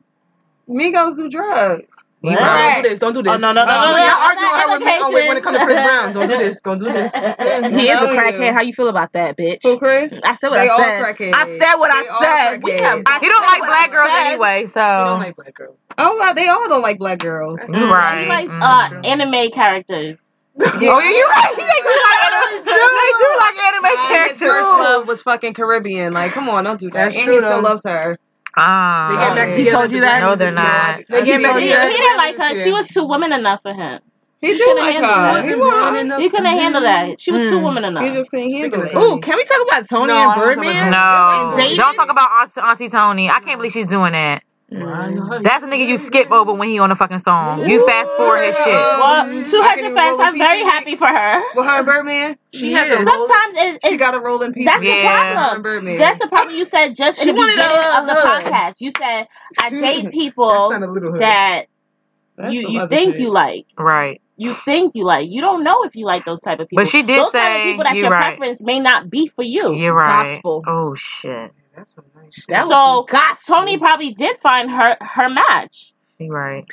S5: Migos do drugs.
S1: He
S2: What?
S3: No,
S1: right.
S3: don't do
S5: Right.
S3: this. Don't do
S2: Oh
S3: this.
S2: no no no
S5: Oh,
S2: no
S3: No,
S2: no!
S3: y'all
S2: I'm
S3: arguing
S2: not
S3: her with me on when it comes to Chris Brown. Don't do this. Don't do this. Mm.
S4: He is a
S5: Telling
S4: crackhead.
S5: you.
S4: How you feel about that, bitch?
S5: Who, Chris?
S4: I said what
S5: They
S4: I
S5: all
S4: said.
S5: crackheads.
S4: I said what I
S5: They all
S4: said.
S3: We have.
S5: crackheads.
S4: I
S1: He
S4: said
S1: don't like
S4: what I
S1: black girls
S4: said.
S1: anyway,
S3: He don't
S1: so
S3: like black girls.
S5: Oh, wow. They all don't like black girls.
S4: Oh,
S3: That's
S1: you
S3: true.
S2: No, he
S1: right.
S2: likes
S1: Mm.
S2: uh
S3: That's true.
S2: anime characters.
S5: Yeah,
S1: Oh yeah, you
S5: I
S1: right. They do like anime. They do like anime
S5: Nah, his first
S1: characters.
S5: love was fucking Caribbean. Like, come on, don't do that.
S3: That's
S5: And
S3: true
S5: he still
S3: though.
S5: loves her.
S3: They
S1: Ah,
S3: get
S5: Stop
S3: back
S5: it.
S4: He
S3: together
S4: together
S3: at
S4: told
S3: the
S4: you that?
S1: no,
S3: Grammys
S1: they're not.
S3: this year. They
S5: No, I, I just
S3: get
S2: He,
S3: back
S5: told
S2: he, he
S3: together at
S5: you that.
S3: the
S2: didn't like
S3: Grammys this
S2: her. She
S3: year.
S2: was too woman enough for him.
S5: Oh, He
S2: He
S5: did
S2: couldn't
S5: like
S2: handle
S5: her.
S2: that.
S5: He
S4: Wasn't
S5: want
S4: woman
S5: her.
S4: enough
S2: He
S4: for
S2: couldn't handle
S4: him.
S2: that. She was too
S4: Mm.
S2: woman
S5: He
S2: enough.
S5: just couldn't
S3: Speaking
S5: handle
S3: of
S5: it.
S4: Ooh,
S3: Tony,
S4: can we talk about Tony
S3: no,
S4: and
S3: I don't want to talk about Tony.
S4: Birdman and
S1: No,
S4: Zayden?
S1: don't talk
S3: No,
S1: about Auntie, Auntie Tony. I can't
S3: no.
S1: believe she's doing that.
S3: Why you
S4: Mm.
S3: hurt
S1: That's a nigga you skip over
S3: me?
S1: when he on the fucking song. You
S3: Ooh.
S1: fast
S5: With
S1: forward his shit.
S5: her,
S2: Well,
S5: um,
S2: to
S3: Mm.
S5: I
S2: her
S5: can
S2: defense,
S5: roll in
S2: I'm
S5: peace
S2: very
S5: and
S2: happy
S5: mix.
S2: for her.
S5: With her and Birdman,
S3: She has a
S4: Yeah.
S3: role.
S2: Sometimes it,
S5: she
S2: it's
S5: got to roll in peace and
S2: that's the
S5: mix. Her
S1: Yeah.
S2: problem.
S5: and
S2: That's
S5: Birdman.
S2: the problem you said just in
S4: She
S2: the
S4: wanted a
S2: beginning of
S4: little
S2: the
S4: hood.
S2: podcast. You said I date
S3: That's
S2: people
S3: not a little hood.
S2: that
S5: That's
S2: you
S5: some
S2: you
S5: other
S2: think
S5: shit.
S2: you like.
S1: Right.
S2: You think you like. You don't know if you like those type of
S1: But
S2: people.
S1: she did
S2: Those type of
S1: say
S2: people that's
S1: you're
S2: your
S1: right.
S2: preference may not be for you.
S1: You're right.
S4: Gospel.
S1: Oh shit.
S3: That's some nice shit.
S4: That was some
S2: So Tony
S4: gospel.
S2: probably did find her her match.
S1: You're right.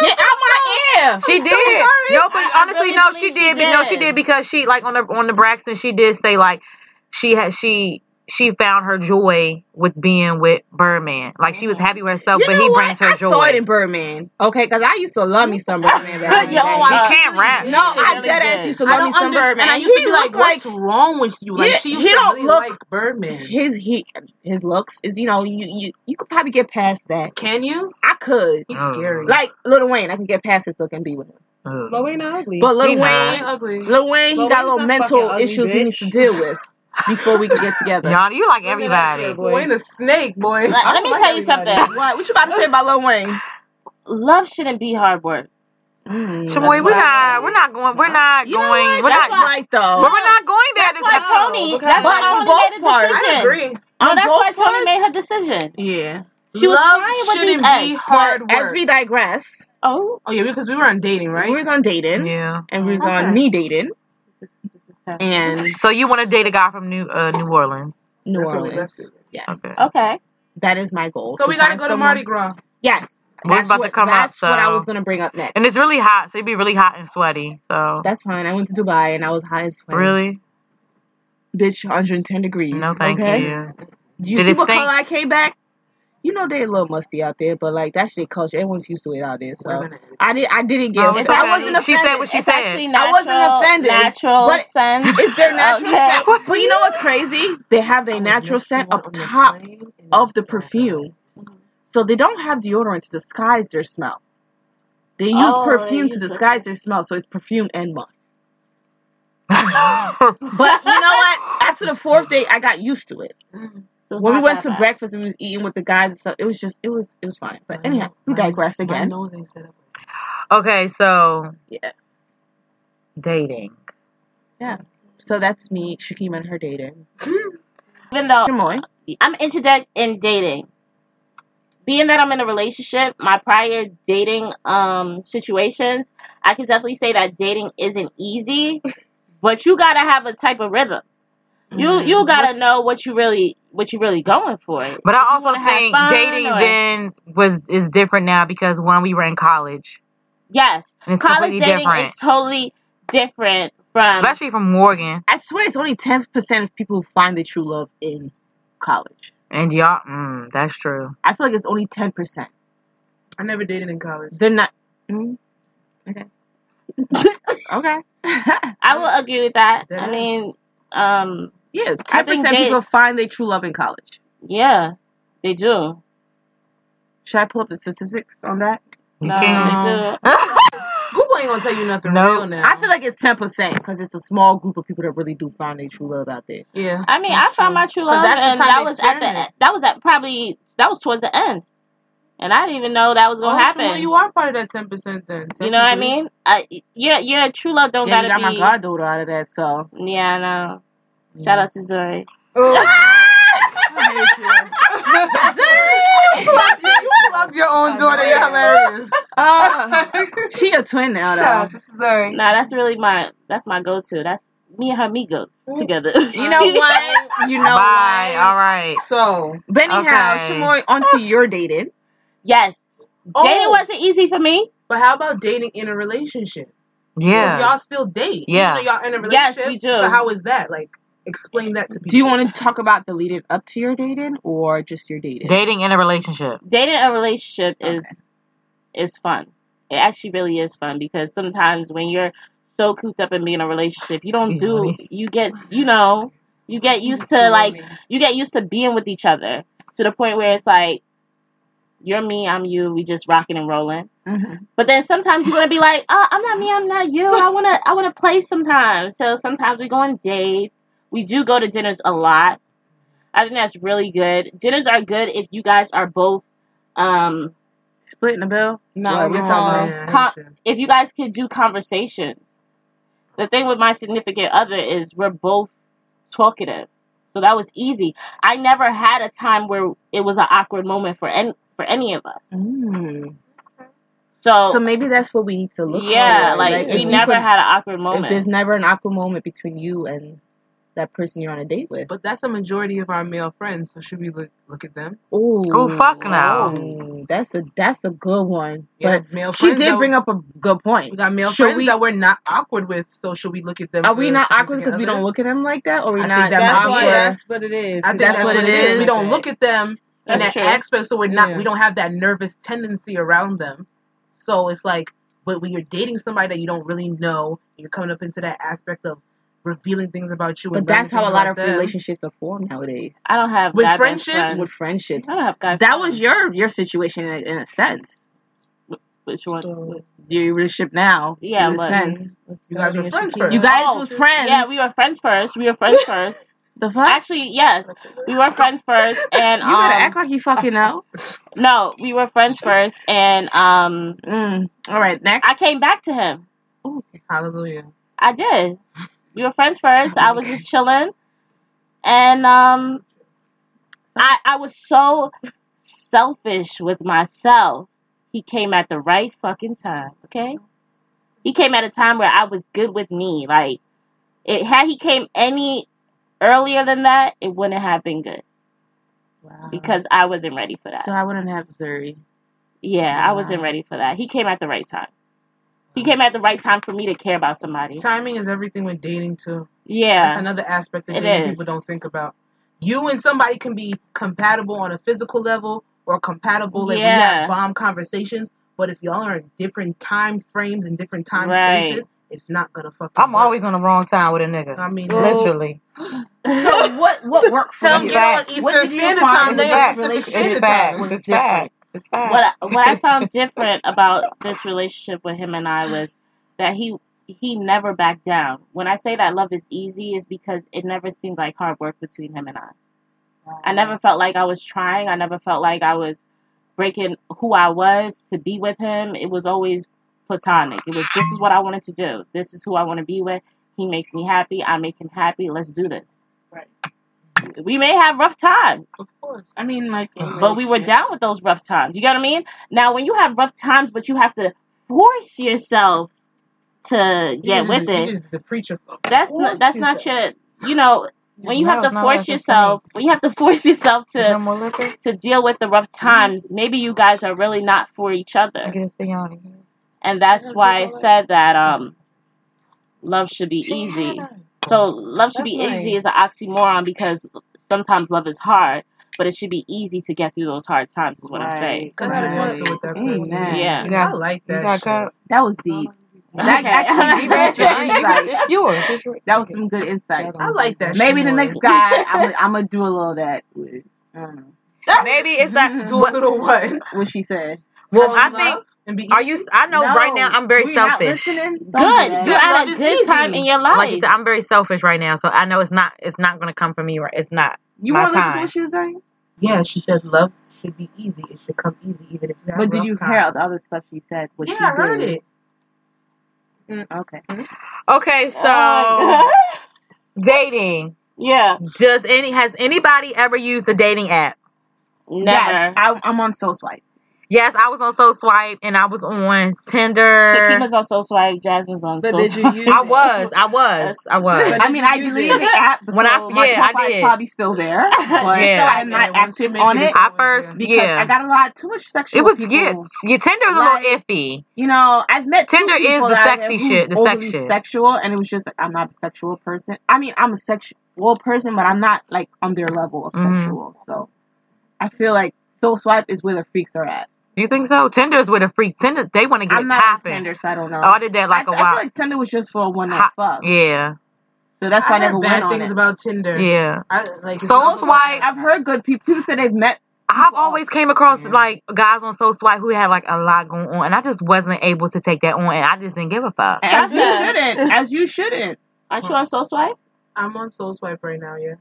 S2: Get out my ear!
S1: She did. No, but
S2: I, I
S1: honestly,
S2: really
S1: no,
S2: believe
S1: she
S2: she
S1: did. be- No, she did
S2: did.
S1: because she like on the on the Braxton. She did say like she had she she found her joy with being with Birdman. Like she was happy with herself,
S4: You
S1: but he
S4: know what?
S1: brings her
S4: I saw it
S1: joy.
S4: in Birdman. Okay, because I used to love me some Birdman back in the
S2: Yo,
S3: Oh,
S1: He
S4: day.
S3: I
S2: uh,
S1: can't
S3: really
S1: rap.
S2: she
S4: No,
S3: did.
S4: I
S2: really
S4: dead ass
S2: did.
S4: used to
S3: I
S4: love me
S3: don't
S4: some
S3: understand.
S4: Birdman.
S3: And I
S4: And
S3: used to
S4: he
S3: be like,
S4: looked like
S3: what's wrong with you? Like,
S4: he
S3: she
S4: he
S3: used to
S4: don't
S3: really
S4: look
S3: like Birdman.
S4: his he his looks is you know you you you could probably get past that.
S3: Can you?
S4: I could
S3: He's scary.
S1: Ugh,
S4: like Lil Wayne. I could get past his look and be with him.
S5: Lil
S1: ugh.
S5: Wayne not ugly.
S4: But
S1: He
S4: Lil
S3: Lil
S1: not.
S3: Wayne
S4: Wayne,
S3: ugly.
S4: Lil Wayne, he
S5: Lil
S4: got a
S5: Wayne's
S4: little
S5: not fucking
S4: mental
S5: ugly,
S4: issues he needs to
S5: bitch.
S4: deal with before we can get together.
S1: Y'all, you like
S5: Leave it out
S1: everybody.
S5: there,
S3: Lil
S5: boy.
S3: Wayne a snake, boy.
S2: Let,
S5: I
S2: let
S5: don't
S2: me
S5: like
S2: tell you
S5: everybody.
S2: something.
S4: What what you about to say about Lil Wayne?
S2: Love shouldn't be hard work.
S4: Mm, that's
S1: Shamoy, we're
S5: Not
S4: right.
S1: not. We're
S5: right.
S1: not going. We're
S4: No.
S1: not
S4: You know
S1: going.
S4: what?
S1: We're
S2: That's
S4: She's
S1: not.
S2: why
S4: right
S1: But
S4: though.
S1: we're
S2: no.
S1: not going there
S2: That's
S1: this
S2: why
S1: episode.
S5: No,
S2: Tony. That's
S5: because
S2: why
S4: But on
S2: Tony
S4: both
S2: made a
S4: parts,
S3: I
S2: decision.
S3: agree.
S2: No,
S4: on
S2: that's why
S4: both
S2: Tony made her
S4: parts.
S2: decision.
S4: Yeah.
S2: She was
S3: Love
S2: trying with these
S3: shouldn't be
S2: eggs.
S4: But
S3: hard
S4: as
S3: work.
S4: we digress,
S2: Oh,
S3: Oh yeah, because we were on dating,
S4: we
S3: right?
S4: was on dating
S1: Yeah.
S4: and
S2: oh,
S4: we was
S3: What's
S4: on
S3: that?
S4: me dating
S2: this is this is tough.
S4: and
S1: So you want to date a guy from New uh, New Orleans?
S4: New
S3: That's where we left
S4: Orleans.
S3: it.
S4: Yes.
S1: Okay.
S2: Okay.
S4: That is my goal
S3: So
S4: to
S3: we gotta
S4: find
S3: go to
S4: someone.
S3: Mardi Gras.
S4: Yes.
S1: Well, it's
S4: That's
S1: about to
S4: what
S1: come up,
S4: that's what I was
S1: so
S4: gonna bring up next.
S1: and it's really hot, so it'd be really hot and sweaty. So
S4: That's fine. I went to Dubai and I was hot and sweaty.
S1: really,
S4: Bitch, 110
S1: no,
S4: degrees.
S1: thank
S4: Okay.
S1: you.
S4: You
S1: Did
S4: see
S1: it
S4: what color
S1: stink?
S4: I came back? You know they a little musty out there, but like that shit culture, everyone's used to it out there.
S3: We're
S4: So
S3: gonna end
S4: I did I didn't get
S1: No,
S4: off.
S1: it's
S2: It's
S4: I
S2: actually
S4: wasn't
S1: okay. She said
S4: offended.
S1: what she
S2: it's
S1: said.
S2: actually
S4: I wasn't
S2: natural
S4: offended.
S2: natural
S4: But
S2: scent.
S4: it's their natural
S2: Okay.
S4: scent. But you know what's crazy? They have
S3: I
S4: their
S3: was
S4: natural
S3: next to
S4: scent
S3: one
S4: up
S3: on the
S4: top
S3: plane and it
S4: of
S3: was
S4: the
S3: so good.
S4: perfume. So they don't have deodorant to disguise their smell. They use
S2: Oh, they
S4: perfume to
S2: use this.
S4: disguise their smell, so it's perfume and must. But you know what? After the fourth day, I got used to it.
S2: so it's
S4: When we
S2: not
S4: went
S2: that
S4: to
S2: bad.
S4: breakfast and we was eating with the guys and stuff, it was just it was it was fine. But
S3: My
S4: anyhow,
S3: nose,
S4: we
S3: my,
S4: digress
S3: my
S4: again.
S3: nose ain't set up.
S1: Okay, so
S4: Yeah.
S1: dating.
S4: So that's me, Shakim, and her dating.
S2: Even though
S4: Shamoy.
S2: I'm interject in dating. Being that I'm in a relationship, my prior dating um situations, I can definitely say that dating isn't easy, but you gotta have a type of rhythm. You
S1: Mm-hmm.
S2: you gotta know what you really what you really going for.
S1: But
S2: If
S1: I
S2: you
S1: also
S2: wanna have
S1: think
S2: fun
S1: dating
S2: or-
S1: then was is different now because when we were in college,
S2: Yes,
S1: and it's
S2: college
S1: completely
S2: dating
S1: different,
S2: is um, totally different from
S1: especially from Morgan
S4: I swear it's only 10% of people who find their true love in college.
S1: and y'all. Mm, that's true.
S4: I feel like it's only 10%.
S3: I never dated in college.
S4: They're not. Mm, okay. okay.
S2: I will agree with that.
S3: That
S2: I
S3: is-
S2: mean, um,
S4: yeah,
S2: I
S4: 10%
S2: think
S4: people find their true love in college.
S2: yeah, they do.
S4: Should I pull up the statistics on that?
S1: You
S2: No,
S1: can't.
S2: they do.
S3: Google ain't gonna tell you nothing
S1: Nope.
S3: real now.
S4: I feel like it's 10% because it's a small group of people that really do find their true love out there.
S3: yeah.
S2: I mean, I
S3: that's
S2: found
S3: true.
S2: my true
S4: 'Cause
S2: love,
S4: that's the
S2: and
S4: time
S2: that
S4: to
S2: was at the e,
S4: experiment.
S2: that was at probably that was towards the end, and I didn't even know that was gonna
S5: Oh,
S2: happen.
S5: Shimon,
S2: you,
S5: you are part of that ten percent then.
S2: know what I
S5: technically.
S2: mean? Uh, your your true love don't
S4: Mm-hmm. Yeah, you
S2: gotta
S4: got my
S2: be.
S4: goddaughter out of that, so.
S2: Yeah, I know.
S4: Mm.
S2: Shout out to Zoe.
S3: You plugged, your- you plugged your own daughter. You're hilarious.
S4: Oh, she a twin now,
S5: Shout out
S4: though.
S5: to Sorry.
S2: Nah, that's really my that's my go to. That's me and her amigos together.
S4: Mm. You know what? You know
S1: Bye.
S4: what?
S1: All right.
S3: So
S4: But anyhow,
S1: Okay.
S4: Shamoy, onto your dating.
S2: yes, dating
S3: Oh.
S2: wasn't easy for me.
S3: But how about dating in a relationship? Because
S1: Yeah.
S3: y'all still date.
S1: Yeah.
S3: Even though y'all in a
S2: Yes,
S3: relationship.
S2: we do.
S3: So how is that? Like, explain that to people.
S4: Do you want to talk about the leading up to your dating or just your dating?
S1: Dating in a relationship.
S2: dating a relationship is is fun. It actually really is fun because sometimes when you're so cooped up in being in a relationship, you don't
S1: He's
S2: do
S1: horny.
S2: you get you know you get used to like you get used to being with each other to the point where it's like you're me, I'm you, we just rocking and rolling.
S4: Mhm.
S2: But then sometimes you're gonna be like, oh, I'm not me, I'm not you. I wanna I wanna play sometimes. So sometimes we go on dates. We do go to dinners a lot. I think that's really good. Dinners are good if you guys are both um
S4: Splitting the bill?
S5: No,
S3: we
S5: we're all.
S2: Com- if you guys could do conversations. The thing with my significant other is we're both talkative, so that was easy. I never had a time where it was an awkward moment for any for any of us.
S4: Mm.
S2: So,
S4: So maybe that's what we need to look
S2: Oh. yeah,
S4: for.
S2: like
S4: if
S2: we
S4: you
S2: never
S4: could-
S2: had an awkward
S4: If
S2: moment.
S4: there's never an awkward moment between you and that person you're on a date with.
S5: But that's a majority of our male friends, so should we look look at them?
S4: Ooh.
S1: Oh fuck no.
S4: Mm, that's a that's a good one.
S5: We
S4: But
S5: have male
S4: she
S5: friends.
S4: did
S5: that
S4: bring up a good
S5: we
S4: point.
S5: got male
S4: Should
S5: friends
S4: we
S5: that we're not awkward with, so should we look at them?
S4: are we
S5: for
S4: not awkward
S5: significant
S4: because we don't
S5: others?
S4: look at them like that, or we
S5: I think
S4: not
S5: that
S4: awkward?
S5: might That's be why-
S4: Or-
S5: that's
S6: what it is.
S5: I think
S4: That's
S5: that's,
S4: what
S5: what
S4: it
S5: it is. We
S4: is.
S5: don't look at them in
S2: That's
S5: that
S2: true.
S5: aspect, so we're not
S3: Yeah.
S5: we don't have that nervous tendency around them. So it's like, but when you're dating somebody that you don't really know, you're coming up into that aspect of revealing things about you.
S4: But
S5: and learning
S4: that's how
S5: things
S4: a lot
S5: about
S4: of
S5: them.
S4: relationships are formed nowadays
S2: I don't have
S5: With
S2: guy best
S5: friendships?
S2: friends.
S4: with friendships.
S2: I don't have guy.
S4: That
S2: friends.
S4: was your your situation in, in a sense.
S2: which one?
S5: So
S4: Your relationship now,
S2: Yeah,
S4: in a
S2: what?
S4: sense.
S3: You guys were friends first.
S4: You guys
S2: Oh,
S4: was friends.
S2: Yeah, we were friends first. We were friends first.
S4: The fuck?
S2: Actually, yes, we were friends first, and
S4: you
S2: um,
S4: better act like you fucking know.
S2: No, we were friends first, and um,
S4: Mm. All right, next.
S2: I came back to him.
S5: hallelujah.
S2: I did. We were friends first. I was just chilling, and um, I I was so selfish with myself. He came at the right fucking time. Okay, he came at a time where I was good with me. Like it had he came any earlier than that, it wouldn't have been good
S4: Wow.
S2: because I wasn't ready for that.
S4: so I wouldn't have Zuri.
S2: Yeah, I wasn't
S4: Wow.
S2: ready for that. He came at the right time. He came at the right time for me to care about somebody.
S3: Timing is everything with dating too. That's
S2: Yeah,
S3: another aspect that
S2: it
S3: dating
S2: is.
S3: people don't think about. You and somebody can be compatible on a physical level or compatible like we
S2: Yeah.
S3: have bomb conversations, but if y'all are in different time frames and different time
S2: Right.
S3: spaces, it's not gonna fucking
S1: I'm
S3: work.
S1: always on the wrong time with a nigga.
S3: I mean
S1: Literally.
S6: So what what worked for
S3: tell
S1: That's
S3: them
S6: you?
S3: get on
S1: facts.
S6: What
S3: Eastern
S6: did you
S3: Standard
S6: find
S3: Time,
S6: in
S1: It's
S3: they
S6: this
S3: on
S1: facts.
S3: Pacific
S1: It's
S6: relationship
S3: Standard
S6: that
S3: Time.
S1: facts.
S6: was
S1: It's
S6: different?
S1: facts. It's
S2: What
S1: facts.
S2: I, what I found different about this relationship with him and I was that he he never backed down. When I say that love is easy is because it never seemed like hard work between him and I. I never felt like I was trying. I never felt like I was breaking who I was to be with him. It was always platonic. It was this is what I wanted to do. This is who I want to be with. He makes me happy. I make him happy. Let's do this.
S5: Right.
S2: We may have rough times,
S5: Of course. I mean, like, in
S2: but we were
S5: relationship-
S2: down with those rough times. You got what I mean? Now, when you have rough times, but you have to force yourself to
S3: You
S2: get
S3: just
S2: with
S3: did- you
S2: it.
S3: just did the preacher folks.
S2: That's not,
S5: Force
S2: that's not your. You know, when you
S5: No,
S2: have to
S5: it's not
S2: force
S5: what I said.
S2: yourself, when you have to force yourself
S5: Is there
S2: to
S5: more Mm-hmm. liquor?
S2: to deal with the rough times, maybe you guys are really not for each
S5: I
S2: other.
S5: get a thing out of here.
S2: and that's why I said that um, love should be easy. So love should
S5: That's
S2: be
S5: nice.
S2: easy is an oxymoron because sometimes love is hard, but it should be easy to get through those hard times. Is what I'm saying.
S4: Right.
S3: Got out of
S4: right.
S3: concert with that person.
S4: Amen.
S2: Yeah.
S5: You got,
S3: I like
S5: you
S3: that
S5: got
S3: shit.
S5: cut.
S4: That was deep.
S5: That
S2: Okay.
S5: actually gave us some
S4: Right.
S5: insight. It's yours. It's yours.
S4: That was some good insight.
S3: I like that
S4: Maybe
S3: shit.
S4: the next guy, I'm gonna I'm gonna do a little of that. With, I don't know.
S1: Maybe it's not.
S4: Mhm.
S3: Do a
S1: What,
S3: little what?
S4: what she said.
S1: well,
S3: Fall
S1: I
S3: in
S1: think.
S3: love and be
S1: Are you?
S3: easy?
S1: I know right now I'm very
S4: were you not
S1: selfish.
S4: listening? Don't do
S2: good.
S4: that.
S2: You
S3: That
S2: at
S3: love
S2: a
S3: is
S2: good time in
S3: easy.
S2: your
S1: Like you
S2: life.
S1: said, I'm very selfish right now, so I know it's not. It's not going to come from me. Right? It's not.
S4: You
S1: My
S4: want to listen to
S1: time.
S4: what she was saying?
S3: Yeah, she said love should be easy. It should come easy, even if you have
S4: But did
S3: rough
S4: you hear all
S3: times.
S4: the other stuff she said? What
S3: Yeah,
S4: she
S3: I heard
S4: did? Mm,
S3: it.
S4: Okay.
S1: Okay, so
S2: Uh,
S1: dating.
S2: yeah.
S1: Does any has anybody ever used a dating app?
S4: Yes,
S2: Never.
S4: I, I'm on Soul Swipe.
S1: Yes, I was on Soul Swipe and I was on Tinder.
S2: Shakima's on Soul Swipe. Jasmine's on
S4: But
S2: Soul
S4: did you
S2: Swipe.
S4: use
S1: I
S4: it?
S1: was, I was,
S2: That's-
S1: I was.
S4: But I mean, I deleted the app,
S1: When I
S4: so my
S1: yeah, I
S4: profile's
S1: did.
S4: probably still there, but
S1: Yeah.
S4: I'm not
S3: And once you
S4: active
S3: make
S4: on
S3: it, it's
S4: it
S1: I
S3: always
S1: first
S3: there.
S4: because I
S1: yeah.
S4: got a lot too much
S1: It
S4: sexual
S1: was yeah.
S4: people.
S1: Yeah, Tinder was a
S4: Like,
S1: little iffy.
S4: you know, I've met two
S1: Tinder is
S4: people
S1: the
S4: out there
S1: sexy
S4: who's
S1: shit, the sex
S4: overly
S1: shit.
S4: sexual, and it was just like I'm not a sexual person. I mean, I'm a sexual person, but I'm not like on their level of
S1: Mhm.
S4: sexual. So I feel like Soul Swipe is where the freaks are at.
S1: You think so? Tinder is with a freak. Tinder they want to get
S4: I'm
S1: it
S4: not on
S1: popping.
S4: Tinder, so I don't know.
S1: Oh, I did that
S4: I,
S1: like a
S4: I feel
S1: while.
S4: like Tinder was just for a one night
S1: Hot.
S4: fuck,
S1: Yeah,
S4: so that's why
S3: I
S4: I never
S3: heard
S4: went
S3: bad
S4: on
S3: things
S4: it.
S3: about Tinder.
S1: yeah.
S3: I like it's
S1: Soul
S3: not for my
S1: Swipe.
S3: kind.
S4: I've heard good people. People said they've met
S1: I've
S4: people off.
S1: always came across
S3: Yeah.
S1: like guys on Soul Swipe who had like a lot going on, and I just wasn't able to take that on, and I just didn't give a fuck.
S4: As you
S2: Sasha.
S4: shouldn't. As you shouldn't.
S2: Aren't you on Soul Swipe?
S3: I'm on Soul Swipe right now. Yeah.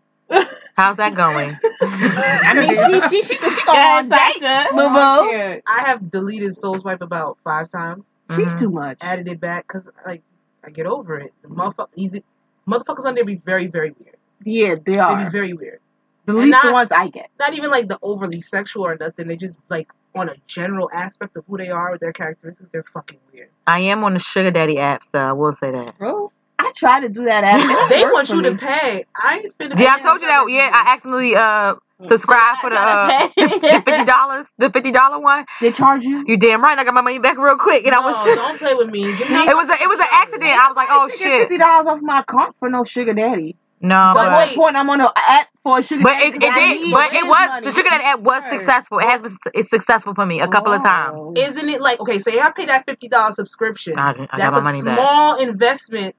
S1: How's that going?
S4: I mean, she she she she, she go
S2: Good,
S4: on dates,
S2: Sasha.
S4: boo boo.
S3: I have deleted Soul Swipe about five times.
S4: She's
S3: Mm.
S1: Mhm.
S4: too much.
S3: Added it back because like I get over it. The motherfuck- easy motherfuckers on there be very very weird.
S4: Yeah,
S3: They
S4: they
S3: be
S4: are.
S3: very weird.
S4: The
S3: And
S4: least the
S3: not
S4: ones I get.
S3: not even like the overly sexual or nothing. They just like on a general aspect of who they are, their characteristics. They're fucking weird.
S1: I am on the Sugar Daddy app, so I will say that.
S4: Bro, I try to do that app. It don't
S3: They
S4: work
S3: want
S4: for
S3: you to
S4: me.
S3: pay. I ain't finna pay
S1: Yeah, I
S3: how
S1: told you
S3: much I
S1: that. Yeah, I accidentally uh
S4: Hmm.
S1: subscribed for the uh the, the fifty dollars, the fifty dollar one.
S4: They charge you.
S1: You damn right, I got my money back real quick, and I was
S3: No, don't play with me. Give me
S1: it was a, it was an accident. I was like, oh
S4: to get
S1: shit,
S4: fifty dollars off my account for no sugar daddy.
S1: no,
S4: But
S3: But
S4: what
S1: but.
S3: wait,
S4: point I'm on the app for a sugar
S1: But
S4: daddy
S1: it,
S4: because
S1: it
S4: I
S1: did,
S4: need
S1: but it
S4: his
S1: was the
S4: money.
S1: sugar daddy app was successful. It has been it's successful for me a couple of
S4: Oh,
S1: times.
S4: Wow.
S3: isn't it like okay? Say I pay that fifty dollars subscription.
S1: I, I got
S3: That's
S1: my
S3: a
S1: money back.
S3: small investment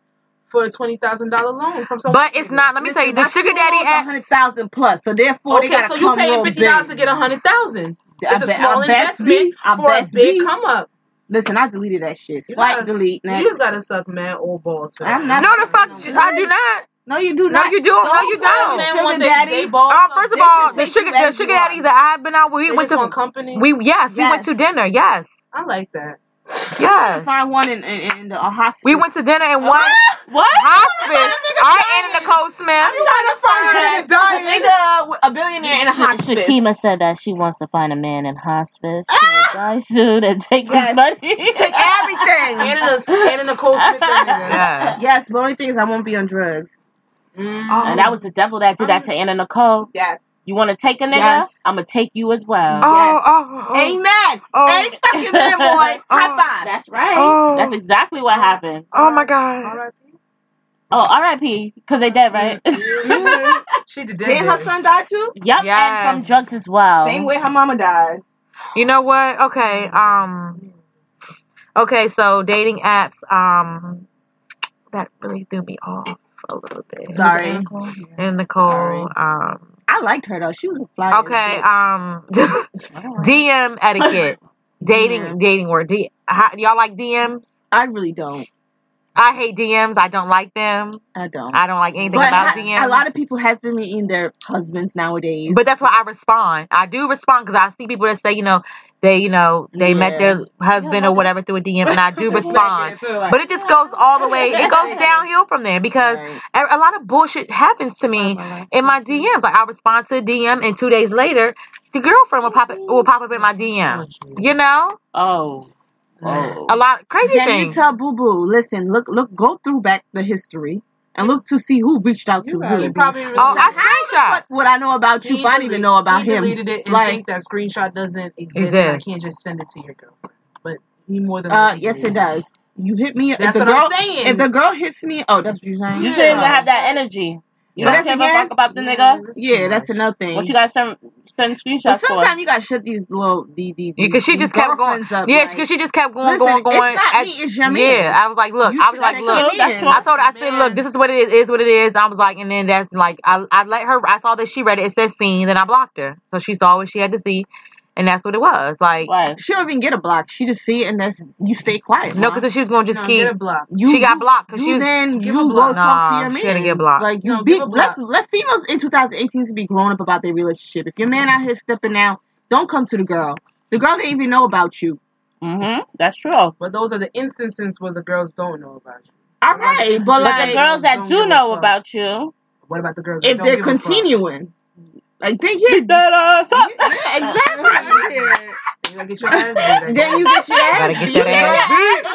S3: for a twenty thousand dollar loan from someone.
S1: But it's not. Let me tell you,
S4: Listen,
S1: the
S4: my
S1: sugar
S4: student
S1: daddy
S4: loans are
S1: app.
S4: hundred thousand plus, so therefore they
S3: Okay,
S4: gotta
S3: so you
S4: come
S3: paying
S4: real
S3: fifty
S4: big.
S3: dollars to get a hundred thousand.
S4: I
S3: It's a
S4: bet, I
S3: small
S4: best
S3: investment
S4: be, I
S3: for a
S4: best
S3: big
S4: be.
S3: come up.
S4: Listen, I deleted that shit.
S3: You
S4: Swipe,
S3: gotta,
S4: delete,
S3: you
S4: next.
S3: just gotta suck man old balls for that.
S4: I'm not
S1: No, the fuck,
S4: no,
S1: j- I do not.
S4: No, you
S1: No,
S4: do not.
S1: you do. No,
S4: Don't
S1: you
S4: play
S3: Some
S4: with
S1: don't.
S3: men want
S4: sugar
S3: they they
S4: daddy. Oh,
S3: balls
S1: Uh,
S3: sucked
S1: first of
S4: They
S1: all, the
S4: should take
S1: sugar
S4: you
S1: the
S4: as
S1: sugar
S4: you are.
S1: daddies that I've been out with, we
S3: They
S1: went
S3: just want
S1: to
S3: company.
S1: we yes, we went
S4: Yes,
S1: to dinner. Yes,
S3: I like that.
S4: I'm trying to
S1: yes,
S4: find one in in, in the a
S1: we
S4: hospice.
S1: went to dinner in one
S2: What?
S1: hospice. All right, Anna Nicole
S4: I'm
S1: Smith.
S4: trying to find a nigga, a billionaire in a
S2: Sha
S4: hospice.
S2: Shakima said that she wants to find a man in hospice who will die soon and take his
S4: Yes.
S2: money.
S4: Take everything.
S3: Anna, Anna Nicole Smith, that nigga.
S1: Yes.
S4: Yes, but only thing is I won't be on drugs.
S2: and
S1: Oh,
S2: that was the devil that did that to Anna Nicole.
S4: Yes.
S2: You want to take a nigga?
S4: Yes.
S2: I'm going to take you as well.
S1: oh,
S4: Yes.
S1: oh, oh,
S4: Amen.
S1: oh,
S4: Ain't fucking man, boy.
S1: oh,
S4: High five.
S2: That's right. That's
S1: oh,
S2: exactly what happened.
S1: oh my God.
S3: R.I.P.
S2: Oh, RIP, because they dead, right?
S4: Mm-hmm.
S3: She did that.
S4: Didn't her son die too?
S2: yep, and from
S1: Yes.
S2: drugs as well.
S4: Same way her mama died.
S1: You know what? Okay. Um. Okay. So dating apps. Um. That really threw me off a little bit.
S4: Sorry.
S1: And
S4: Sorry.
S1: Nicole. Um.
S4: I liked her though. She was a fly ass
S1: Okay.
S4: bitch.
S1: Um.
S4: I don't like
S1: DM etiquette.
S4: DM.
S1: Dating. Dating word. D- how, y'all like DMs?
S4: I really don't.
S1: I hate DMs. I don't like them.
S4: I don't.
S1: I don't like anything
S4: But
S1: about
S4: ha-
S1: DMs.
S4: a lot of people has been meeting their husbands nowadays.
S1: But that's why I respond. I do respond because I see people that say, you know, they, you know, they met
S4: Yeah.
S1: their husband or whatever through a DM, and I do respond. But it just goes all the way. It goes downhill from there because
S4: Right.
S1: a, a lot of bullshit happens to me in my DMs. Like I respond to a DM, and two days later, the girlfriend will pop it, will pop up in my DM. You know,
S2: Oh. Oh.
S1: a lot crazy
S4: Then you
S1: things.
S4: tell Boo Boo, listen, look, look, go through back the history and look to see who reached out
S3: You
S4: to
S3: gotta
S4: who.
S3: be probably really
S1: Oh,
S4: So how
S1: I
S3: mad.
S4: the
S1: screenshot.
S4: fuck would I know about you
S3: He
S4: if I didn't even
S3: delete-
S4: know about
S3: he
S4: him?
S3: deleted it and
S4: Like,
S3: think that screenshot doesn't exist and I
S1: Exists.
S3: can't just send it to your girlfriend. But he more than
S4: uh,
S3: likely
S4: yes, it
S3: deleted
S4: does. You hit me. If
S3: That's
S4: the
S3: what I'm
S4: girl, if
S3: saying.
S4: the girl hits me, oh, that's what you're saying.
S2: You
S3: Yeah.
S2: shouldn't even have that energy. You
S4: But
S2: don't
S4: that's
S2: give a
S4: again,
S2: fuck about the
S3: Yeah,
S2: nigga.
S3: that's too
S4: yeah, that's
S3: much.
S4: another
S2: What
S4: thing.
S2: you got send send
S4: But
S2: screenshots for?
S4: sometimes you gotta shut these little the the
S1: Yeah,
S4: these,
S1: cause she
S4: these
S1: just kept going.
S4: girlfriends up.
S1: Yeah,
S4: Like,
S1: cause she just kept going,
S4: listen,
S1: going,
S4: it's
S1: going.
S4: not
S1: At,
S4: me, it's your man.
S1: yeah, I was like, look,
S4: You
S1: I was
S4: should
S1: like,
S4: check
S1: look,
S4: your
S2: True, that's
S4: man.
S2: true.
S1: I told her,
S3: Your
S1: I said, look,
S3: man.
S1: this is what it is, is what it is. I was like, and then that's like, I, I let her, I saw that she read it, it said scene, then I blocked her. So she saw what she had to see, and that's what it was. Like,
S2: Right.
S4: She don't even get a block. She just see it and that's you stay quiet.
S1: no,
S4: Ma.
S1: cause if she was going to just
S3: No, get
S1: keep,
S3: a block.
S4: You
S1: she got
S4: you
S1: blocked, cause she
S4: you
S1: was,
S4: then
S3: Give a
S4: you go
S3: block.
S4: talk to your
S1: nah, she had to get
S4: man.
S1: blocked.
S4: Like you
S3: No, give
S4: be
S3: a
S4: let's
S3: block.
S4: let females in 2018 to be grown up about their relationship. If your man out here stepping out, don't come to the girl. The girl didn't even know about you.
S2: hmm That's true.
S3: But those are the instances where the girls don't know about you.
S4: All
S3: What about the
S4: right, but
S3: instances
S2: But
S3: where
S2: the
S3: the
S4: like
S2: girls
S3: girls
S2: that
S3: don't
S2: do
S3: give a
S2: know
S3: fuck?
S2: about you,
S3: What about the girls that
S4: if
S3: don't
S4: they're
S3: give a fuck?
S4: continuing, like then
S2: get
S4: yeah,
S2: that ass up.
S4: yeah, exactly.
S3: You gotta get your ass beat, I guess.
S4: Then you get your
S1: You
S4: ass
S1: gotta get
S4: beat.
S1: that
S4: You get your
S1: ass
S4: ass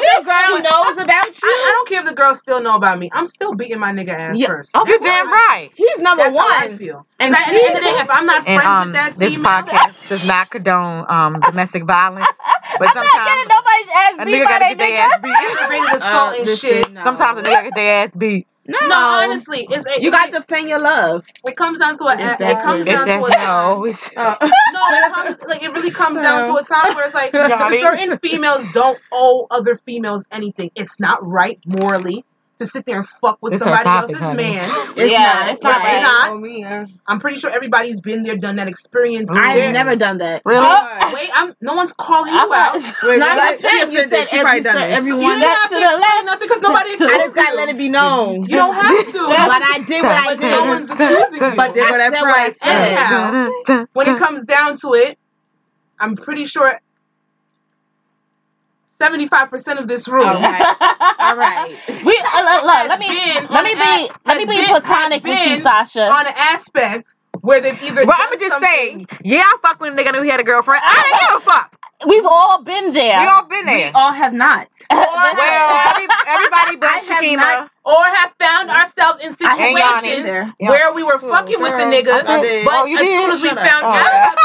S1: beat.
S4: if the girl knows about
S3: I, I
S4: you.
S3: don't care if the girls still know about me. I'm still beating my nigga ass
S4: Yeah.
S3: first.
S4: Oh,
S1: You
S3: That's how
S1: damn
S3: I feel.
S1: right.
S4: he's number
S3: That's how I
S4: one,
S3: feel. Because
S4: and
S3: at the
S4: she
S3: end of the day, if I'm not
S1: And
S3: friends with
S1: um,
S3: that
S1: this
S3: female,
S1: podcast does not condone um domestic violence, but
S2: I'm not
S1: sometimes
S2: getting nobody's
S1: a
S2: ass beat
S1: nigga
S2: by
S1: gotta
S2: they
S1: get their ass
S2: nigga.
S1: beat.
S3: aggravated
S4: Uh,
S3: assault and shit.
S4: listen,
S1: Sometimes a
S4: no,
S1: nigga gotta get their ass beat.
S3: No,
S4: no.
S3: honestly, it's it,
S4: You
S3: it,
S4: got
S3: it,
S4: to defend your love.
S3: comes down to a it
S4: Exactly.
S3: comes
S1: If
S3: down to
S1: that's
S3: a time.
S1: no, it's-
S3: Uh, No, it comes like it really comes down to a time where it's like
S1: Johnny.
S3: certain females don't owe other females anything. It's not right morally to sit there and fuck with
S1: It's our
S3: somebody
S1: topic,
S3: else's
S1: honey.
S3: man.
S4: It's
S2: Yeah,
S4: not
S2: it's not
S3: It's
S4: right.
S2: right.
S3: not.
S4: Oh, me, yeah.
S3: I'm pretty sure everybody's been there, done that experience.
S4: I've
S3: There,
S1: Ooh.
S4: never done that.
S1: Really?
S2: Oh,
S3: no, wait, I'm. No one's calling
S2: I'm
S3: you
S2: not.
S3: out.
S2: To
S4: no, I'm just saying. You said, every, you said
S3: You
S4: everyone.
S3: don't
S2: the
S3: have to explain
S2: left,
S3: nothing because nobody
S2: to
S4: I
S3: exposed
S4: just gotta let
S3: you.
S4: it be known.
S3: You don't have to.
S4: but
S2: left.
S3: Nobody's,
S4: I did what I
S3: but no
S4: did.
S3: one's accusing
S4: But
S3: you.
S4: I said what I said.
S3: Anyhow, when it comes down to it, I'm pretty sure 75% of this
S4: All
S3: room
S4: right. All right.
S2: we uh, look, look,
S3: has
S2: Let me
S3: been
S2: let
S3: on
S2: me be let me
S3: an a, has
S2: be
S3: been has
S2: platonic with you,
S3: been
S2: Sasha.
S3: on an aspect where they've either
S1: Well, I'ma
S3: done
S1: just
S3: something.
S1: say, yeah, I fuck when a nigga knew he had a girlfriend. I didn't give a fuck.
S2: We've all been
S1: We
S2: there.
S1: all been
S4: We
S1: there.
S4: all have not.
S2: That's
S1: Well, every everybody but
S4: I have not.
S1: Shakima
S3: or have found ourselves in
S4: I have
S1: and
S4: not been
S3: situations
S4: there.
S1: Yeah.
S3: where we were fucking with the nigga,
S1: I did.
S3: but
S1: Oh, you
S3: as soon
S1: did?
S3: as we
S4: Shut up.
S3: found
S1: Oh.
S3: out about the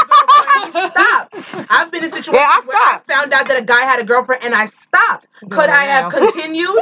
S3: girlfriend, we stopped. I've been in situations
S1: Yeah, I
S3: where I
S1: stopped.
S3: found out that a guy had a girlfriend and I stopped.
S1: Doing
S3: Could
S1: it
S3: I have
S1: now.
S3: continued?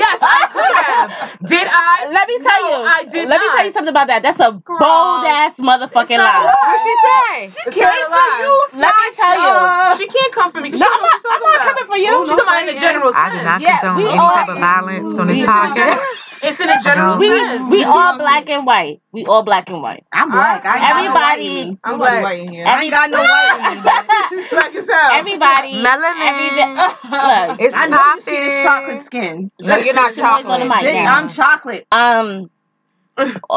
S3: Yes, I could have. Did I?
S2: Let me
S3: No,
S2: tell you.
S3: I did
S2: Let me
S3: not.
S2: tell you something about that. That's a bold ass motherfucking lie.
S3: not a
S1: What she say?
S3: It's not a lie.
S2: Let me tell you.
S3: She can't come for me because
S2: No, I'm
S3: she don't know what
S2: not. I'm not
S3: you're talking about. Oh,
S2: coming for you.
S3: She's talking about in a general
S1: I do
S3: sense.
S1: not
S2: Yeah,
S1: condone
S2: we
S1: any
S2: all
S1: type of violence on this
S2: we
S3: It's in a general.
S1: podcast.
S3: It's in a
S1: I
S3: general
S1: don't.
S2: we
S3: sense.
S2: we all black and white. We all black and white.
S4: I'm
S3: All
S4: black. I ain't
S3: right.
S4: got no white in
S2: Everybody,
S4: me. Too
S3: I'm
S4: much
S3: black.
S4: white in here. I
S2: every
S4: ain't got no white in me.
S3: Black as hell.
S2: everybody, every
S1: Melanin.
S2: look.
S1: It's
S4: I know you see this chocolate
S1: popping.
S4: skin.
S1: No, you're not
S2: Shimoy's on
S1: chocolate.
S2: the mic
S4: Bitch,
S2: now.
S4: I'm chocolate.
S2: Um,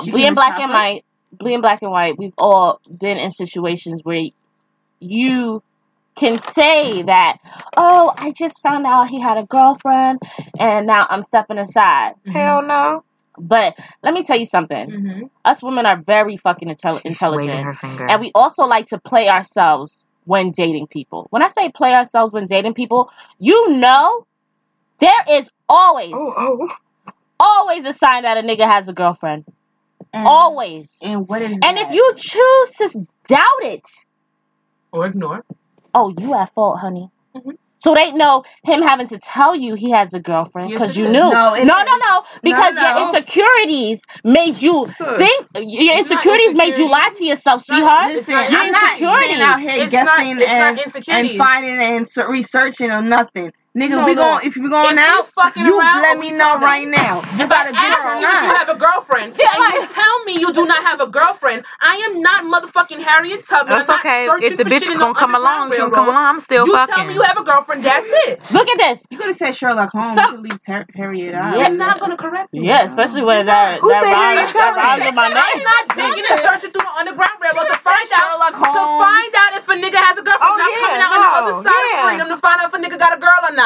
S4: She
S2: being
S4: came as
S2: black and
S4: chocolate.
S2: white, being black and white, we've all been in situations where you can say that, oh, I just found out he had a girlfriend, and now I'm stepping aside.
S1: Hell no.
S2: But let me tell you something.
S3: Mm-hmm.
S2: us women are very fucking intel-
S1: She's waving
S2: intelligent
S1: her
S2: and
S1: finger.
S2: we also like to play ourselves when dating people when i say play ourselves when dating people you know there is always
S1: Oh, oh.
S2: always a sign that a nigga has a girlfriend Mm.
S3: Mm.
S4: And,
S2: always
S4: and what is
S2: and if
S4: that?
S2: you choose to doubt it
S3: Or ignore.
S2: oh you at fault honey
S3: Mhm.
S2: so it ain't no him having to tell you he has a girlfriend
S3: Yes,
S2: because
S3: it
S2: you
S3: is.
S2: knew. No,
S4: No, it
S2: no,
S4: is.
S2: no,
S4: No,
S2: because your
S4: no.
S2: insecurities made you think.
S4: Sus.
S2: Your
S3: It's not
S2: insecurities made you lie
S3: insecurity.
S2: to yourself,
S3: It's not.
S2: sweetheart.
S3: It's
S4: Listen,
S3: not.
S2: Your
S4: I'm not sitting out
S2: insecurities.
S3: It's
S4: here
S3: not.
S4: guessing
S3: It's not
S4: and and
S3: insecurities.
S4: finding and se- researching or nothing. Nigga,
S3: No,
S4: we
S3: no.
S4: going if we going
S3: If you
S4: out,
S3: fucking
S4: you
S3: around,
S4: let
S3: we
S4: me
S3: tell them.
S4: know right now.
S3: If I
S4: You got
S3: ask
S4: a bitch or
S3: you if you
S4: not.
S3: have a girlfriend and you tell me you do not have a girlfriend, I am not motherfucking Harriet Tubman.
S1: That's
S3: I'm not
S1: okay.
S3: searching
S1: If the
S3: for
S1: bitch
S3: shit in
S1: gonna
S3: the
S1: come along, she gonna
S3: Underground Railroad.
S1: come along. I'm still
S3: You
S1: fucking.
S3: tell me you have a girlfriend. That's it.
S2: Look at this.
S4: You could have said Sherlock Holmes.
S2: Some-
S4: you could leave Ter- Harriet out.
S2: Yeah.
S3: You're not gonna correct me.
S2: Yeah, especially when uh, that
S4: Who
S2: that
S4: said Harriet
S2: rhymes that
S4: Tubman?
S2: rhymes in my
S3: I'm
S2: name.
S3: not digging and searching through the Underground Railroad to find out
S4: Sherlock
S3: to
S4: Holmes.
S3: find out if a nigga has a girlfriend.
S1: Oh,
S3: I'm not
S1: yeah,
S3: coming out on the
S1: no,
S3: other side
S1: yeah.
S3: of freedom to find out if a nigga got a girl or not.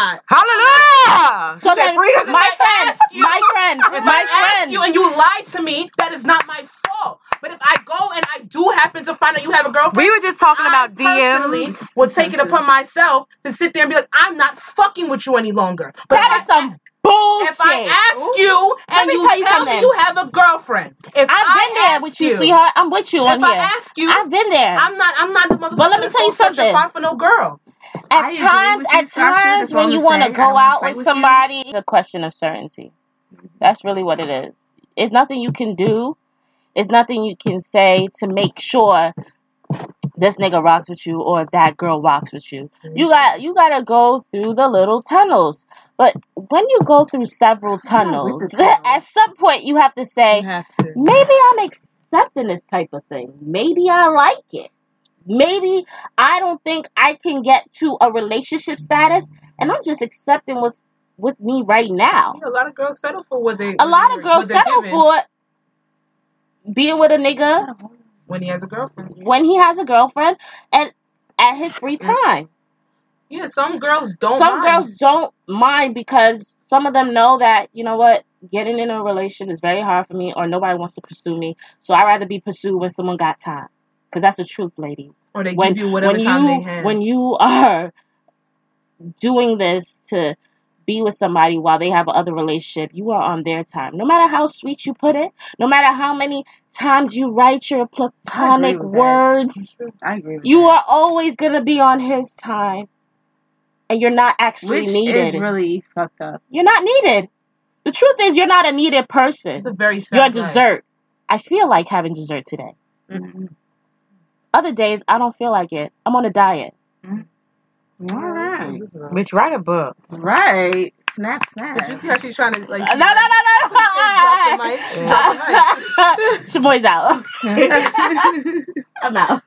S1: Hallelujah!
S2: So then,
S3: If I
S2: my friend,
S3: ask you-
S2: my friend,
S3: If
S2: my
S3: I ask
S2: friend.
S3: you and you lied to me, that is not my fault. But if I go and I do happen to find out you have a girlfriend,
S1: We were just talking about
S3: I personally
S1: DMs.
S3: will take it upon myself to sit there and be like, I'm not fucking with you any longer. But
S2: That is
S3: if I-
S2: some bullshit.
S3: if I ask you
S2: Let
S3: and
S2: me
S3: you
S2: tell you
S3: tell me
S2: something.
S3: you have a girlfriend,
S2: I've
S3: if I
S2: been there
S3: ask
S2: with you, sweetheart. I'm with you
S3: If
S2: on
S3: I
S2: here.
S3: ask you,
S2: I've been there.
S3: I'm not. I'm not the motherfucker.
S2: But let me
S3: that's
S2: tell you
S3: gonna search and
S2: something.
S3: find for no girl.
S4: I
S2: At
S4: agree
S2: times,
S4: with you,
S2: at
S4: Sasha.
S2: times
S4: That's what
S2: when
S4: I'm
S2: you
S4: gonna
S2: want to
S4: say. I
S2: go
S4: don't wanna
S2: out
S4: fight
S2: with
S4: with you.
S2: somebody, it's a question of certainty. That's really what it is. It's nothing you can do. It's nothing you can say to make sure this nigga rocks with you or that girl rocks with you.
S4: Mm-hmm.
S2: You got you gotta go through the little tunnels. But when you go through several
S4: I'm not with the
S2: tunnels, at some point you have to say,
S5: You have to.
S2: maybe I'm accepting this type of thing. Maybe I like it. Maybe I don't think I can get to a relationship status, and I'm just accepting what's with me right now.
S3: Yeah, a lot of girls settle for what they.
S2: A
S3: what
S2: lot of
S3: they-
S2: girls
S3: what they're
S2: settle
S3: given
S2: for being with a nigga
S3: when he has a girlfriend.
S2: when he has a girlfriend and at his free time.
S3: Yeah, some girls don't.
S2: some
S3: mind.
S2: girls don't mind because some of them know that you know what getting in a relation is very hard for me or nobody wants to pursue me so i'd rather be pursued when someone got time because that's the truth lady
S3: or they
S2: when
S3: give you whatever
S2: when
S3: time they
S2: you
S3: have.
S2: when you are doing this to be with somebody while they have another relationship you are on their time no matter how sweet you put it no matter how many times you write your platonic
S4: with that.
S2: words
S4: I agree with
S2: you
S4: that.
S2: are always going to be on his time and you're not actually
S4: Which is
S2: needed
S4: really fucked up.
S2: you're not needed. The truth is, you're not a needed person.
S3: it's a very sad.
S2: You're a
S3: life.
S2: dessert. I feel like having dessert today.
S3: Mm-hmm.
S2: Other days, I don't feel like it. I'm on a diet.
S4: All right.
S3: What's this about?
S1: Bitch, write a book.
S4: Right. Snap, snap.
S3: Did you see how she's trying to like?
S2: No,
S3: She,
S2: no, no,
S3: like,
S2: no.
S3: she dropped the mic. She dropped the mic.
S2: Shamoy's out. I'm out.
S4: all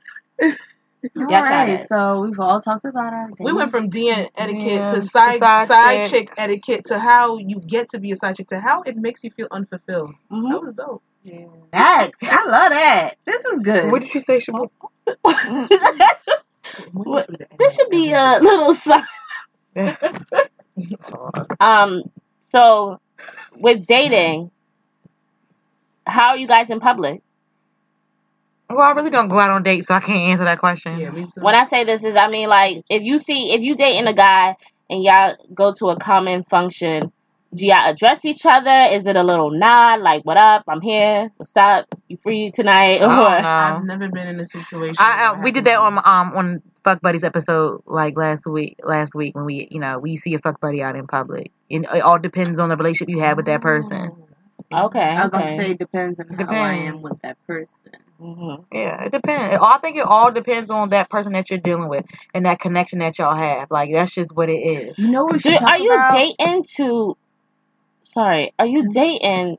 S2: Y'all tried
S4: right.
S2: it.
S4: So we've all talked about our dates.
S3: We went from DM etiquette to
S1: DMs, to
S3: side
S1: side
S3: side chick
S1: chicks.
S3: etiquette to how you get to be a side chick to how it makes you feel unfulfilled.
S2: Mhm.
S1: Mm-hmm.
S3: That was dope.
S4: Next. I love that. This is
S1: What
S4: good.
S1: did you say, Shabu?
S2: What- this should be a little sign. Um. So, with dating, how are you guys in public?
S1: Well, I really don't go out on dates, so I can't answer that question.
S3: Yeah, me too.
S2: When I say this is, I mean like if you see if you dating a guy and y'all go to a common function, do y'all address each other? Is it a little nod like "What up? I'm here. What's up? You free tonight?"
S1: Oh, I don't
S2: Or
S1: know.
S3: I've never been in a situation.
S1: I
S3: where
S1: uh, we did
S3: happened
S1: that
S3: to
S1: on
S3: me.
S1: um on Fuck Buddies episode like last week last week when we you know we see a fuck buddy out in public and it all depends on the relationship you have with that person.
S2: okay,
S4: I was going to say
S2: okay,
S4: it depends on how I am
S1: Depends.
S4: with that person.
S2: hmm
S1: Yeah, it depends. It- I think it all depends on that person that you're dealing with and that connection that y'all have. Like that's just what it is.
S4: You know what we
S2: do
S4: should talk
S2: are you
S4: about? Mm-hmm.
S2: dating to? Sorry, are you dating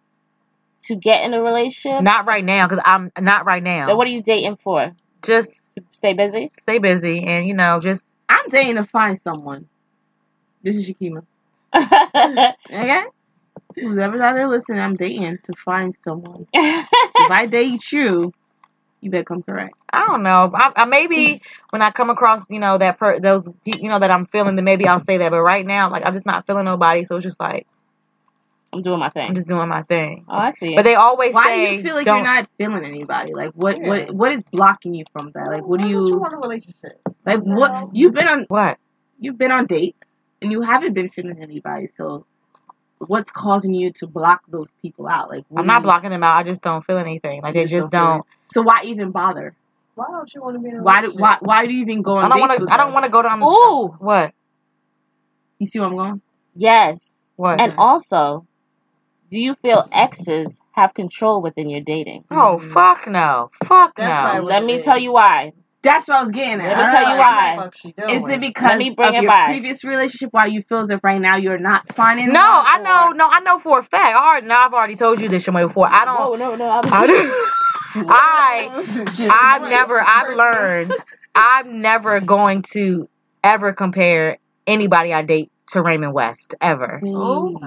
S2: to get in a relationship?
S1: Not right now, cause I'm not right
S2: Then
S1: now.
S2: what are you dating for?
S1: Just
S2: To stay busy?
S1: stay busy and you know just
S4: I'm dating to find someone. This is Shakima. Okay? Whoever's out there listening, I'm dating to find someone. So if I date you, you better come correct.
S1: I don't know. I, I
S4: Hmm.
S1: maybe when I come across, you know, that per those pe- you know that I'm feeling, then maybe I'll say that. But right now, like I'm just not feeling nobody, so it's just like
S2: I'm doing my
S1: I'm
S2: thing.
S1: just doing my thing.
S2: Oh, I see.
S1: But they always
S4: Why do
S1: say
S4: you feel like you're
S1: don't.
S4: not feeling anybody? Like what
S3: Yeah.
S4: what what is blocking you from that? Like what do
S3: Why don't you
S4: you
S3: want a relationship?
S4: like what you've been on
S1: What?
S4: you've been on dates and you haven't been feeling anybody. So what's causing you to block those people out? Like what
S1: I'm
S4: do
S1: not
S4: you
S1: blocking them out. I just don't feel anything. Like
S4: Mm. you
S1: they
S4: just
S1: just
S4: don't feel it?
S1: don't. Oh,
S4: So why even bother?
S3: Why don't you want to be in a
S4: Why do
S3: relationship?
S4: why why do you even go
S1: I
S4: on
S1: don't
S4: dates
S1: want
S4: with
S1: to. I don't
S4: them?
S1: want to go down.
S2: Ooh.
S1: What?
S4: You see where I'm going?
S2: Yes.
S1: What?
S2: And also, do you feel exes have control within your dating?
S4: Mm.
S1: Oh fuck no. Fuck
S5: That's
S1: no.
S5: why-
S2: Let
S5: what it
S2: me tell
S5: is.
S2: you why.
S4: That's what I was getting at.
S2: Let me tell you why.
S3: Fuck she doing?
S4: Is it because
S2: Let me bring
S4: of
S2: it
S4: your
S2: back.
S4: previous relationship why you feel as if right now you're not finding
S1: No,
S4: love,
S1: I
S4: or-
S1: know. No, I know for a fact. I already, no, I've already told you this Shamay, before. I don't.
S2: No, no, no. I was
S1: I don't- I I've never. I've
S3: Versus.
S1: learned. I'm never going to ever compare anybody I date to Raymond West ever,
S3: Oh,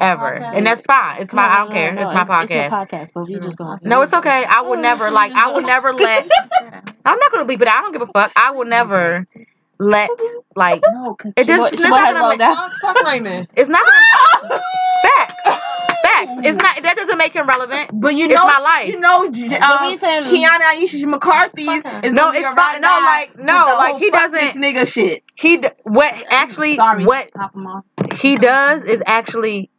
S1: ever, and that's fine. It's my. I don't care. It's my
S2: it's, It's
S1: podcast.
S2: your podcast, Oh. but we
S3: True.
S2: just going.
S1: No, it's okay. I will never like. I will never let. I'm not gonna bleep it. out. I don't give a fuck. I will never let like.
S4: No, because
S1: It just.
S2: Shimo,
S1: It's not
S2: has
S1: gonna.
S2: low
S1: ma-
S2: down.
S3: fuck, fuck Raymond.
S1: It's not gonna. Facts. Facts. It's not. That doesn't make him relevant.
S4: but you
S1: It's
S4: know,
S1: my life.
S4: you know, j-
S2: The
S4: um,
S2: reason-
S4: Kiana Aisha McCarthy
S2: Fuck her.
S4: is
S1: No,
S4: gonna be
S1: it's
S4: a
S1: fine.
S4: ride
S1: No,
S4: or die
S1: like
S4: with
S1: no,
S4: the
S1: like
S4: whole
S1: he
S4: fuck this
S1: doesn't.
S4: nigga shit.
S1: He d- what actually
S4: Sorry,
S1: what
S4: pop him off.
S1: he does is actually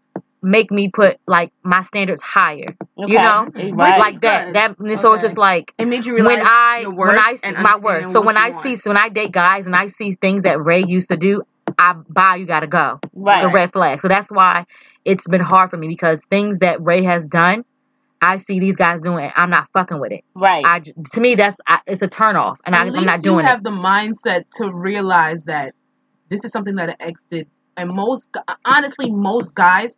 S1: make me put like my standards higher.
S2: Okay,
S1: You know,
S2: You're
S4: Which
S2: right.
S4: is
S1: like that.
S4: good.
S1: That and so it's
S3: Okay.
S1: just like
S4: It made you realize
S1: when I
S4: your
S1: when
S4: worth
S1: I see
S4: and
S1: my worth.
S4: understanding
S1: So
S4: what
S1: when
S4: you
S1: I
S4: want.
S1: see so when I date guys and I see things that Ray used to do, I buy you gotta go.
S2: right.
S1: The red flag. So that's why it's been hard for me because things that Ray has done, I see these guys doing. and I'm not fucking with it.
S2: Right.
S1: I j- to me that's I, it's a turn off, and I,
S3: At
S1: I'm not
S3: least you
S1: doing it.
S3: have the mindset to realize that this is something that an ex did, and most, gu- honestly, most guys,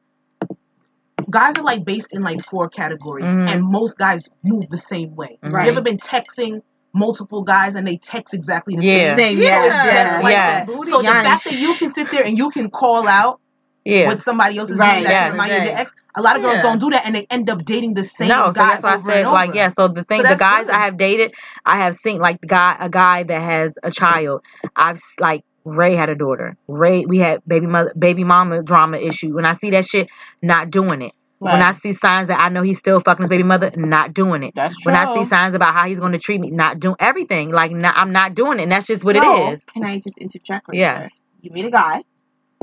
S3: guys are like based in like four categories,
S1: Mhm.
S3: and most guys move the same way.
S1: Right.
S3: You ever been texting multiple guys and they text exactly the
S1: Yeah.
S3: same?
S4: Same,
S3: So
S4: yeah,
S3: it's
S4: yeah.
S3: just like
S1: Yes.
S3: that. So the
S4: Giannis.
S3: fact that you can sit there and you can call out
S1: Mm-hmm. Yeah.
S3: what somebody else is doing
S4: Right.
S3: that
S1: Yes.
S3: can remind you of the ex, a lot of girls
S4: Yeah.
S3: don't do that, and they end up dating the same
S1: No, so
S3: guy
S1: that's why I
S3: over and
S1: said
S3: over.
S1: like yeah. So the
S3: So
S1: thing, the
S3: that's
S1: guys
S3: good.
S1: I have dated, I have seen like the guy, a guy that has a child. I've s- like Ray had a daughter. Ray, we had baby mother, baby mama drama issue. When I see that shit, not doing it.
S2: Right.
S1: When I see signs that I know he's still fucking his baby mother, not doing it.
S2: That's true.
S1: When I see signs about how he's going to treat me, not doing everything. Like not, I'm not doing it. And that's just what
S4: so,
S1: it is.
S4: Can I just interject right there?
S1: Yes.
S4: You meet a guy,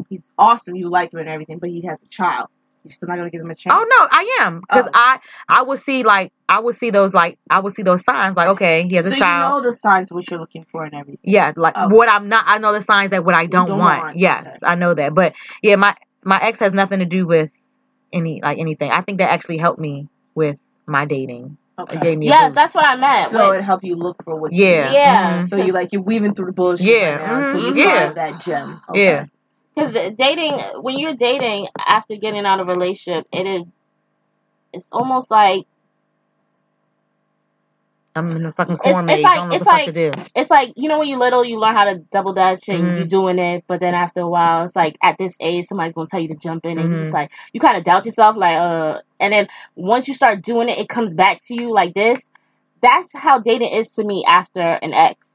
S4: he's awesome, you like him and everything, but he has a child. You're still not gonna give him a chance.
S1: Oh no, I am because
S4: Oh.
S1: I I will see like I will see those like I will see those signs like okay he has a
S4: so
S1: child.
S4: you know the signs of what you're looking for and everything.
S1: Yeah, like
S4: Oh.
S1: what I'm not. I know the signs that what I
S4: You
S1: don't
S4: don't
S1: want.
S4: want,
S1: Yes,
S4: okay.
S1: I know that. But yeah, my my ex has nothing to do with any like anything. I think that actually helped me with my dating. It
S4: Okay.
S1: gave me a
S2: Yes,
S1: boost.
S2: that's what I meant.
S4: So
S2: When,
S4: it helped you look for what you
S1: yeah.
S4: need.
S2: yeah.
S1: mhm.
S4: So you like you're weaving through the bullshit
S1: Yeah.
S4: right now until you
S1: mhm,
S2: Mhm.
S1: Yeah.
S4: find that gem.
S1: Yeah.
S4: Okay.
S2: Because dating, when you're dating after getting out of a relationship, it is, it's almost like
S1: I'm in the fucking
S2: it's
S1: corn
S2: it's
S1: maze. I
S2: like
S1: don't know what
S2: it's
S1: the fuck to
S2: like
S1: do.
S2: it's like you know when you little you learn how to double dutch and you
S1: Mhm,
S2: doing it but then after a while it's like at this age somebody's gonna tell you to jump in and you just
S1: mhm,
S2: like you kind of doubt yourself like uh and then once you start doing it it comes back to you like this that's how dating is to me after an ex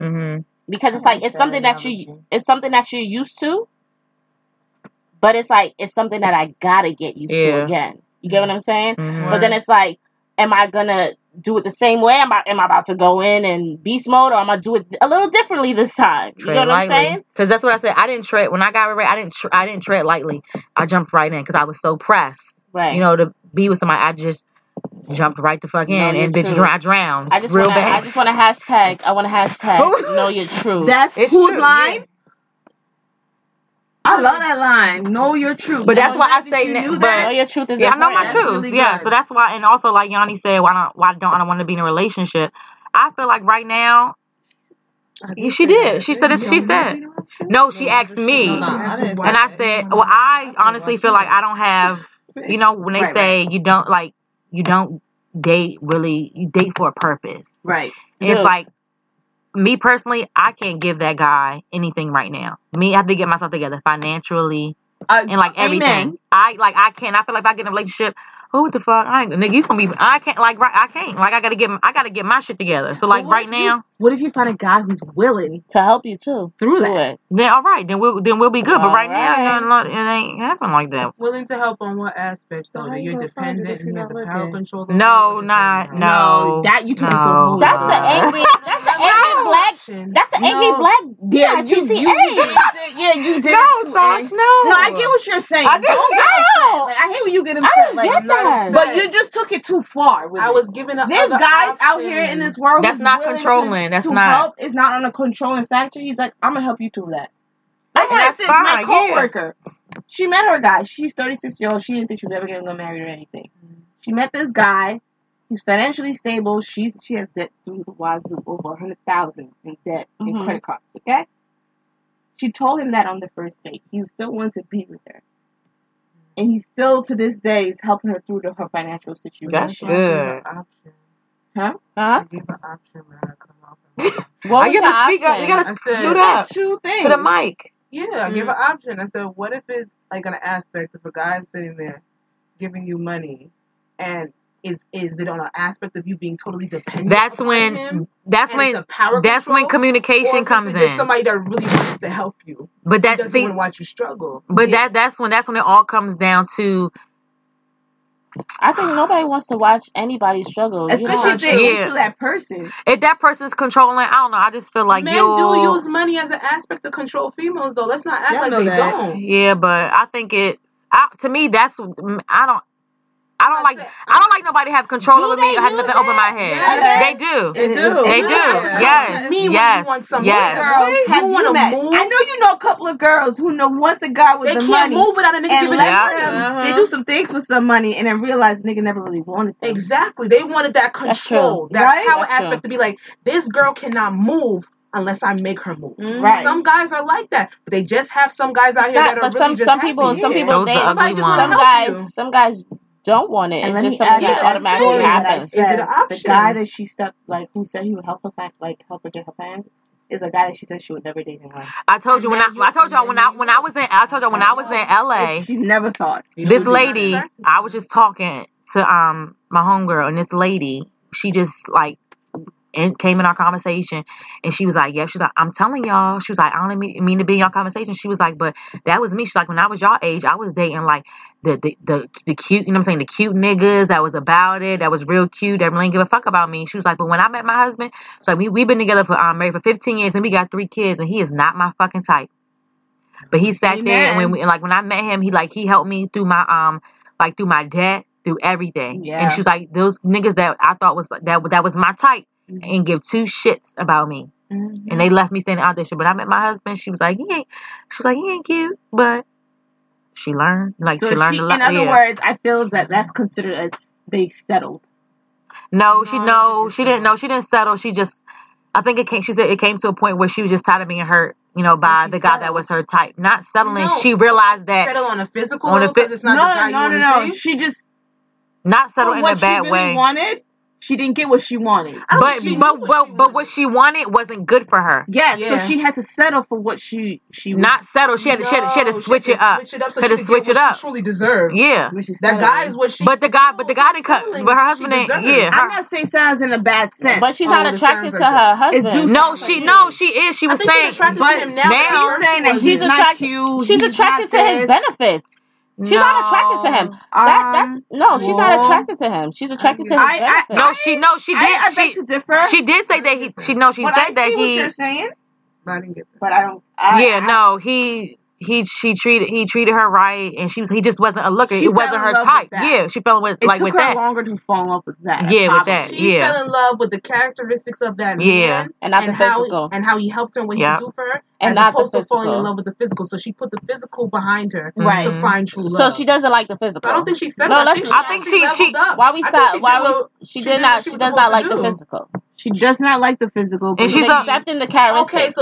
S1: mhm.
S2: because it's like it's something that you it's something that you're used to but it's like it's something that I gotta get used to
S1: Yeah.
S2: again you get what I'm saying
S1: Mhm.
S2: but then
S3: Word.
S2: it's like, am I gonna do it the same way? Am I am I about to go in and beast mode, or am I do it a little differently this time? You get
S1: Tread
S2: what I'm
S1: lightly,
S2: saying?
S1: because that's what I said. I didn't tread when I got ready. I didn't. Tr- I didn't tread lightly. I jumped right in because I was so pressed. You
S2: Right.
S1: know, to be with somebody, I just jumped right the fuck in
S2: Know your
S1: and bitch
S2: truth.
S1: dr- I drowned
S2: I just
S1: real
S2: wanna I
S1: bad.
S2: just wanna hashtag I wanna hashtag know your truth.
S4: That's
S1: it's
S4: whose
S1: true.
S4: line?
S1: Yeah.
S4: I love that line. Know your truth.
S1: But
S4: I'm
S1: that's why I
S4: glad that
S1: say
S4: you
S1: ne-
S4: knew
S2: Know
S1: but
S4: that.
S2: your truth is
S1: yeah, I know my
S2: important.
S4: That's
S1: truth.
S4: really
S1: Yeah, so
S4: good.
S1: that's why and also like Yanni said, why don't why don't I want to be in a relationship? I feel like right now
S3: I
S1: yeah,
S3: did
S1: she
S3: say that.
S1: did.
S3: I
S1: She
S3: said,
S1: said it
S3: you
S1: she
S3: don't want
S1: said.
S3: to be the one true.
S1: No, she
S5: No, I
S1: asked
S5: just
S3: No,
S5: said no.
S1: me.
S3: she
S5: I
S3: asked you
S5: didn't say
S1: And
S3: why.
S1: I
S5: that.
S1: said,
S5: No, no,
S1: well,
S5: no.
S1: I
S5: I said why
S1: honestly feel
S5: she
S1: like I
S5: don't.
S1: don't have, you
S3: Bitch.
S1: know, when they
S4: Right, right,
S1: say you don't like, you don't date really, you date for a purpose.
S4: right.
S1: And it's
S2: Yeah.
S1: like, me personally, I can't give that guy anything right now. Me, I have to get myself together financially
S4: Uh,
S1: and like everything.
S4: amen.
S1: I like I can't. I feel like if I get in a relationship, oh what the fuck, I ain't, nigga, you gonna be? I can't like right. I can't like I gotta get I gotta get my shit together. So
S4: But
S1: like
S4: what
S1: right
S4: if you
S1: now,
S4: what if you find a guy who's willing
S2: To help you too.
S4: through
S2: Do
S4: that?
S2: it.
S1: then all right, then we'll then we'll be good. But
S2: All
S1: right now,
S2: right.
S1: no, no, it ain't happen like that.
S3: Willing to help on what aspect though?
S5: So how
S3: That
S5: you
S3: you're
S5: gonna find it
S3: dependent
S5: if
S3: and
S5: you're
S3: he has
S5: not
S3: the power
S5: looking?
S3: control over you, or
S1: No,
S3: just saying
S1: not
S3: no?
S4: No,
S1: no,
S4: that you took it to a
S1: no,
S4: whole
S2: That's
S4: nother
S2: the
S1: nah.
S4: level.
S2: angry that's the
S3: That wasn't
S2: angry
S3: an
S1: no,
S2: black
S3: option.
S2: that's the angry
S3: No,
S2: black
S4: Yeah,
S2: guy
S4: you
S2: TCA.
S4: you did it. Yeah, you did it
S1: no,
S4: too.
S1: Sash,
S4: And no, I get
S1: no.
S4: what you're
S1: I
S4: saying.
S1: did.
S4: Don't get upset.
S2: No.
S4: Like I hate when you get
S2: I
S4: upset.
S2: didn't
S4: Like,
S2: get
S3: I'm not
S2: that.
S4: but
S3: upset.
S4: you just took it too far with
S3: I
S4: it.
S3: was given the
S4: There's
S3: other
S4: guys out here in
S3: option.
S4: this world
S1: That's
S4: who's
S1: not
S4: willing to
S1: controlling. That's
S4: to
S1: not.
S4: help. Is not on a controlling factor. He's like, I'm gonna help you through that. Like
S1: And
S4: for
S1: that's
S4: instance, my
S1: fine. Yeah.
S4: coworker, she
S3: Mm-hmm.
S4: met her guy. She's 36 years old. She didn't think she was ever gonna get married or anything. She met this guy. He's financially stable. She's she has debt through the wazoo, over a hundred thousand in debt in
S3: Mm-hmm.
S2: Mhm.
S4: credit cards. Okay. She told him that on the first date. He still wanted to be with her, and he still to this day is helping her through to her financial
S1: That's
S4: situation.
S1: good.
S2: Huh?
S3: Give an option when I come off.
S2: What
S1: Are
S2: was
S1: you
S2: the
S1: gotta speak up.
S2: option?
S1: You gotta
S3: I
S1: scoot
S3: said-
S4: You said
S1: up
S4: two
S1: to the
S4: things.
S1: mic.
S3: Yeah, I
S1: Mm-hmm.
S3: give an option. I said, what if it's like an aspect of a guy sitting there giving you money, and is is it on an aspect of you being totally dependent
S1: That's
S3: upon him?
S1: when. That's
S3: and it's
S1: when.
S3: a power
S1: That's when
S3: control, or
S1: communication
S3: if it's
S1: comes
S3: just
S1: in.
S3: somebody that really wants to help you,
S1: But
S3: he
S1: that
S3: doesn't
S1: see.
S3: want to watch you struggle.
S1: But
S2: Yeah.
S1: that that's when that's when it all comes down to
S2: I think nobody wants to watch anybody struggle. You
S4: Especially
S2: don't.
S4: if they're
S3: true.
S1: Yeah.
S4: into that person.
S1: if that person's controlling. I don't know. I just feel like
S3: Men do
S1: you'll.
S3: use money as an aspect to control females, though. Let's not act
S4: Y'all
S3: like
S4: know
S3: they
S4: that.
S3: don't.
S1: Yeah, but I think it. I, to me, that's mm, I don't. I
S3: I'm
S1: don't
S3: not
S1: like.
S3: saying-
S1: I don't like nobody have control
S2: Do
S1: over me
S2: they
S1: or have
S2: use
S1: nothing over my
S2: that?
S1: head.
S3: Yes.
S1: They
S4: Okay.
S1: do.
S4: They
S3: It-
S4: do.
S3: It's
S1: They do.
S3: not what the
S4: Yeah.
S3: guy wants
S1: Yes.
S3: me when you
S1: Yes.
S3: want something.
S1: Yes.
S4: Girl,
S3: Girl, you
S4: have
S3: want
S4: you
S3: to
S4: met? I
S3: move.
S4: know you know a couple of girls who know once a guy with
S3: They
S4: the
S3: can't
S4: money
S3: move without a nigga
S4: and
S3: giving them
S4: let
S1: Yeah.
S4: them.
S3: money.
S4: They
S5: Uh-huh.
S4: do some things for some money and then realize nigga never really wanted them.
S3: Exactly. They wanted that
S2: That's true.
S3: control, that
S4: Right?
S3: power
S2: That's true.
S3: aspect to be like, this girl cannot move unless I make her move.
S5: Mm-hmm.
S4: Right.
S3: Some guys are like that, but they just have some guys out
S2: It's
S3: here
S2: not.
S3: that are
S2: But
S3: really
S2: some
S3: just
S2: some people
S3: happy.
S2: some
S4: Yeah.
S2: people
S1: Those the
S2: they
S3: Somebody
S1: ugly
S3: just want to
S2: some
S1: ones.
S3: help
S2: guys
S3: you.
S2: some guys don't want it.
S4: And
S2: It's
S4: let
S2: just
S4: me
S2: something
S4: add
S3: Yeah,
S4: to
S2: that
S3: that's what
S4: that
S3: I'm
S2: automatically
S4: story
S3: saying.
S4: that I
S2: happens.
S3: Is it an
S4: said. The guy
S3: option?
S4: that she stuck, like who said he would help her, fin- like help her get her fans, is a guy that she said she would never date in life.
S1: I told you
S3: And
S1: when I.
S3: then you,
S1: I told
S3: and
S1: y'all when
S3: then there
S1: I
S3: you
S1: when I
S3: go.
S1: was in. I told y'all when
S3: I
S1: I was in
S3: know.
S4: If
S1: L.A.
S4: she never thought.
S3: You
S1: This
S3: know you're not
S1: lady.
S3: attracted
S1: I
S3: to
S1: was
S3: him.
S1: just talking to um my homegirl, and this lady. She just like and came in our conversation and she was like, Yeah, she's like, I'm telling y'all. She was like, I don't mean, mean to be in your conversation. She was like, But that was me. She's like, When I was your age, I was dating like the the the, the cute, you know what I'm saying, the cute niggas that was about it, that was real cute, that really didn't give a fuck about me. She was like, But when I met my husband, she's like, we, We've been together for um, married for 15 years and we got three kids and he is not my fucking type. But he sat there and when
S4: Amen.
S1: we, and like when I met him, he like he helped me through my um like through my debt, through everything. And
S4: Yeah.
S1: she was like, those niggas that I thought was that that was my type
S4: Mhm.
S1: and give two shits about me. And
S4: Mhm.
S1: they left me standing out there. But I met my husband. She was like, he ain't. She was like, he ain't cute. But she learned, like she
S4: So
S1: learned a
S4: she, in
S1: lot.
S4: other
S1: Yeah.
S4: words, I feel that that's considered as they settled.
S1: No,
S3: No,
S1: she
S3: I don't think
S1: no,
S3: it's
S1: she didn't.
S3: settled.
S1: No, she didn't settle. She just, I think it came. She said it came to a point where she was just tired of being hurt. You know,
S3: So
S1: by
S3: she
S1: the guy that was
S3: settled.
S1: her type. Not settling.
S3: No,
S1: She realized that
S3: settle on a physical
S1: on a
S3: level
S1: fit,
S3: because it's not the
S4: No,
S3: guy you
S4: no,
S3: want
S4: no,
S3: to
S4: no.
S3: save.
S4: She just
S1: not settle
S4: from
S1: in a
S4: what she
S1: bad
S4: really
S1: way.
S4: wanted, she didn't get what she wanted.
S3: I don't think
S1: But
S3: she
S4: She
S3: knew
S1: but
S3: what she
S1: but but what
S3: wanted.
S1: she wanted wasn't good for her.
S4: yes, so
S3: Yeah.
S4: she had to settle for what she she was
S1: Not settle. She had to she had to, she had to
S3: No, she had
S1: switch
S3: to
S1: it up.
S3: switch it up so
S1: Had to
S3: she could get
S1: switch
S3: what
S1: it
S3: she
S1: up.
S3: truly deserved.
S1: Yeah.
S4: which is
S3: That guy is
S4: settling.
S3: what she.
S1: But the guy but
S3: No,
S1: the
S3: it's
S1: guy
S3: not
S1: didn't cut.
S3: settling.
S1: But
S3: It's
S1: her
S3: what she
S1: husband didn't. Yeah.
S3: deserved.
S4: I'm
S1: Her
S4: not saying settles in a bad sense,
S2: But she's
S3: Oh,
S2: not
S3: well, it sounds
S2: attracted to
S3: like that.
S2: her
S4: it do
S2: husband.
S1: no.
S4: sounds like
S1: She no.
S4: it.
S1: She is. She
S3: I
S1: was
S3: think she's
S1: saying
S3: attracted to
S4: But
S3: him now, but at
S4: she's
S1: now.
S3: first she
S4: saying that
S2: She's
S4: he's
S3: wasn't.
S4: not
S2: attracted.
S4: cute.
S2: She's
S4: He's not
S2: attracted to his
S4: this.
S2: benefits. She's not attracted to him.
S1: No.
S2: That that's
S4: Um.
S2: no. She's not
S4: Well,
S2: attracted to him. She's
S3: I
S2: attracted
S3: get
S2: to his
S4: I, I,
S1: No.
S2: benefits.
S1: She no. She did.
S4: I, I beg
S1: She
S4: to differ.
S1: she did say
S3: I
S1: that
S3: didn't
S1: he.
S3: get
S1: She
S3: that.
S1: no. She
S4: But I
S1: said that
S4: see what you're
S1: he.
S4: saying.
S3: I didn't get that.
S4: But I don't.
S1: Yeah.
S4: I, I
S1: No. He he. She treated he treated her right, and she was. He just wasn't a looker.
S4: she
S1: It
S4: fell
S1: wasn't
S4: in
S1: her
S4: love with
S1: type.
S4: that.
S1: Yeah. She fell with
S4: It
S1: like
S4: took
S1: with
S4: her
S1: that.
S4: longer to fall in love with that,
S1: Yeah. With that.
S4: probably.
S3: She
S1: Yeah.
S3: fell in love with the characteristics of that
S1: Yeah.
S3: man
S2: And not
S3: and
S2: the
S3: how he,
S2: physical.
S3: and how he helped her and what he could
S1: Yep.
S3: do for her,
S2: And
S3: as
S2: not the
S3: opposed to falling in
S2: physical.
S3: love with the physical. So she put the physical behind her to
S4: Right.
S1: hmm
S3: find true
S2: So
S3: love.
S2: she doesn't like the
S3: So I don't
S2: physical.
S3: think she settled.
S2: No,
S3: I
S2: let's
S3: think she
S1: I
S2: not.
S1: think
S3: actually
S1: she
S3: leveled
S1: she
S3: up.
S2: Why we
S3: I think
S2: stop?
S3: she did
S2: Why we?
S3: what
S2: She
S3: she
S2: did
S3: did what
S2: not.
S3: she
S2: She
S3: was
S2: does
S3: supposed
S2: not
S3: to
S2: like the
S3: do.
S2: physical.
S4: She does not like the physical, but
S1: and
S2: She's
S1: she's
S4: she
S1: a
S2: accepting the
S3: Okay, so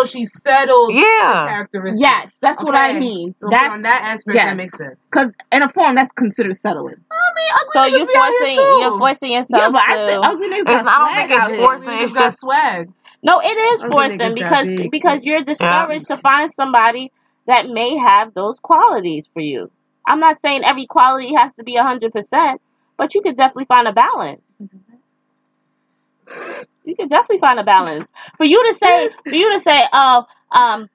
S2: characteristics.
S3: she settled the
S1: yeah.
S3: characteristics.
S4: Yes, that's what I
S3: Okay,
S4: mean.
S3: okay, on
S4: That's
S3: that aspect, that
S4: yes,
S3: makes sense.
S4: because in a form that's considered
S3: I
S4: settling.
S3: mean,
S2: So
S3: ugly
S2: you
S3: niggas be out here
S2: forcing you're
S3: too.
S2: forcing
S4: Yeah,
S2: yourself
S4: but I said
S2: to
S4: ugly niggas
S1: It's
S4: got
S1: I don't
S4: swag
S1: think it's
S4: out
S3: Yeah, ugly
S4: here.
S1: forcing.
S3: niggas
S1: It's
S3: got
S1: just
S3: swag.
S2: No, it is
S3: Ugly
S2: forcing
S3: niggas got
S2: because
S3: big
S2: because
S3: titties.
S2: you're
S1: yeah.
S2: discouraged to find somebody that may have those qualities for you. I'm not saying every quality has to be 100%, but you could definitely find a balance. You could definitely find a balance. For you to say for you to say, "Oh, um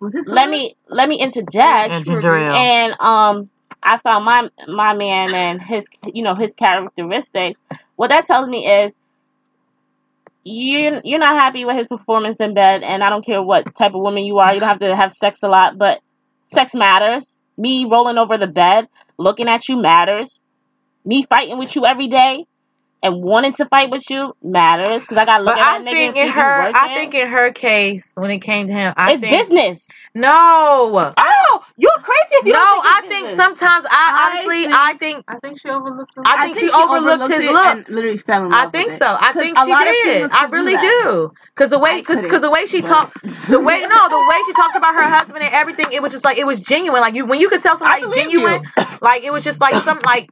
S4: Was this
S2: let
S4: someone?
S2: me let me
S4: Yeah,
S2: interject
S1: And
S4: sure did.
S1: ginger ale.
S2: and um I found my my man and his you know, his characteristics." What that tells me is you're you're not happy with his performance in bed, and I don't care what type of woman you are. You don't have to have sex a lot, but sex matters. Me rolling over the bed, looking at you matters. Me fighting with you every day and wanting to fight with you matters because I gotta look
S1: But
S2: at that
S1: I
S2: nigga and
S1: think in
S2: see if he
S1: her, I
S2: working.
S1: think in her case, when it came to him, I
S2: It's
S1: think
S2: business.
S1: No.
S2: Oh, you're crazy if you
S1: No,
S2: don't
S1: I
S2: think
S1: think
S2: it's business.
S1: sometimes I
S4: I
S1: honestly
S4: think-
S1: I think
S3: I think she overlooked the
S1: I think, she, overlooked, his
S4: it
S1: looks.
S4: and literally fell in
S1: I
S4: love.
S1: think
S4: with it.
S1: so. I
S4: 'Cause
S1: think
S4: a
S1: she
S4: lot of
S1: did.
S4: females
S1: I
S4: could do
S1: really
S4: that.
S1: do. Cause the way,
S4: I
S1: cause,
S4: couldn't,
S1: 'cause the way she
S4: but-
S1: talked, the way no, the way she talked about her husband and everything, it was just like it was genuine. Like you, when you could tell somebody's
S2: believe
S1: genuine, like it was just like some like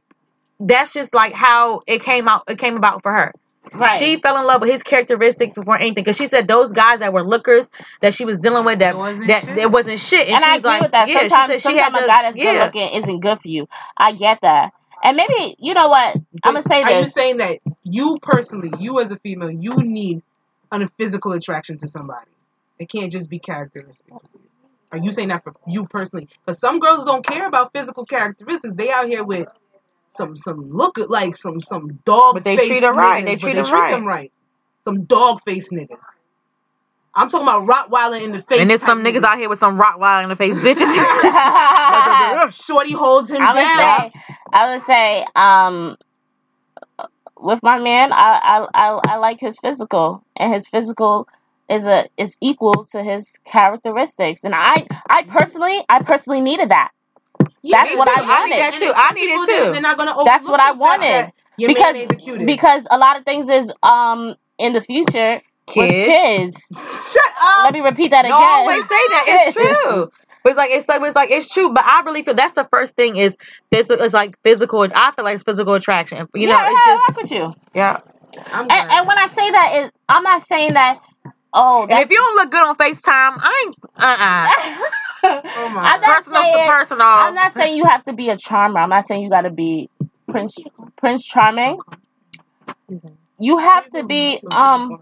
S1: that's just like how it came out. It came about for her.
S2: Right.
S1: She fell in love with his characteristics before anything because she said those guys that were lookers that she was dealing with that
S3: wasn't
S1: that
S3: shit.
S1: it wasn't shit, and,
S2: and
S1: she
S2: I
S1: was
S2: agree
S1: like,
S2: with that.
S1: yeah, she
S2: sometimes,
S1: said she had
S2: sometimes a
S1: the
S2: guy that's good
S1: yeah.
S2: looking isn't good for you. I get that. And maybe you know what? I'm gonna
S3: But
S2: say
S3: Are you
S2: this.
S3: saying that you personally, you as a female, you need a physical attraction to somebody? It can't just be characteristics. Are you saying that for you personally? Because some girls don't care about physical characteristics. They out here with some some look like some some dog
S1: But they
S3: face
S1: treat her right.
S3: niggas,
S1: They
S3: but
S1: treat
S3: they
S1: her
S3: treat
S1: right.
S3: them right. Some dog face niggas. I'm talking about Rottweiler in the face.
S1: And there's
S3: type
S1: some niggas out here with some Rottweiler in the face, bitches.
S2: I
S3: Shorty holds him
S2: would say,
S3: down.
S2: I would say, um, with my man, I, I, I, I like his physical, and his physical is a is equal to his characteristics. And I, I personally, I personally needed that.
S3: Yeah,
S2: That's
S1: Me
S2: what
S1: too.
S2: I
S1: I need
S2: wanted.
S1: that
S3: and
S1: too.
S3: there's
S1: I
S3: some
S1: need
S3: people
S1: it
S3: that
S1: too.
S3: they're not gonna overlook
S2: That's what I
S3: the fact
S2: wanted
S3: that your
S2: because
S3: man ain't the cutest.
S2: because a lot of things is um in the future was
S1: Kids.
S2: kids.
S3: Shut up.
S2: Let me repeat that
S1: No, I always
S2: again.
S1: say that. It's true. But it's like it's like it's like it's true. But I really feel that's the first thing is this is like physical I feel like it's physical attraction. You
S2: yeah,
S1: know, it's
S2: I rock
S1: just
S2: with you.
S1: yeah.
S3: I'm
S2: And,
S3: glad.
S2: and when I say that, is I'm not saying that. Oh,
S1: And if
S2: that's.
S1: you don't look good on FaceTime, I ain't uh uh
S3: Oh my
S2: I'm not
S1: Personal's to
S2: saying. I'm
S1: personal.
S2: not saying you have to be a charmer. I'm not saying you got to be Prince Prince Charming. You have to be. Um,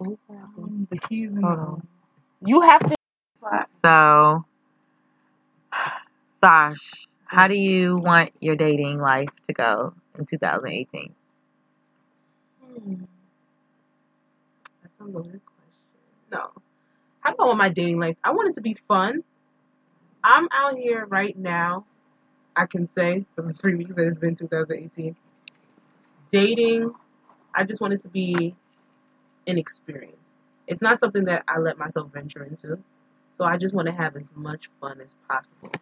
S3: The keys in
S1: Hold
S3: the
S1: on.
S2: you have to.
S1: So Sash, how do you want your dating life to go in 2018?
S3: That's a loaded question. No. How do I want my dating life? I want it to be fun. I'm out here right now, I can say, for the three weeks that it's been 2018. Dating, I just want it to be an experience. It's not something that I let myself venture into. So I just want to have as much fun as possible.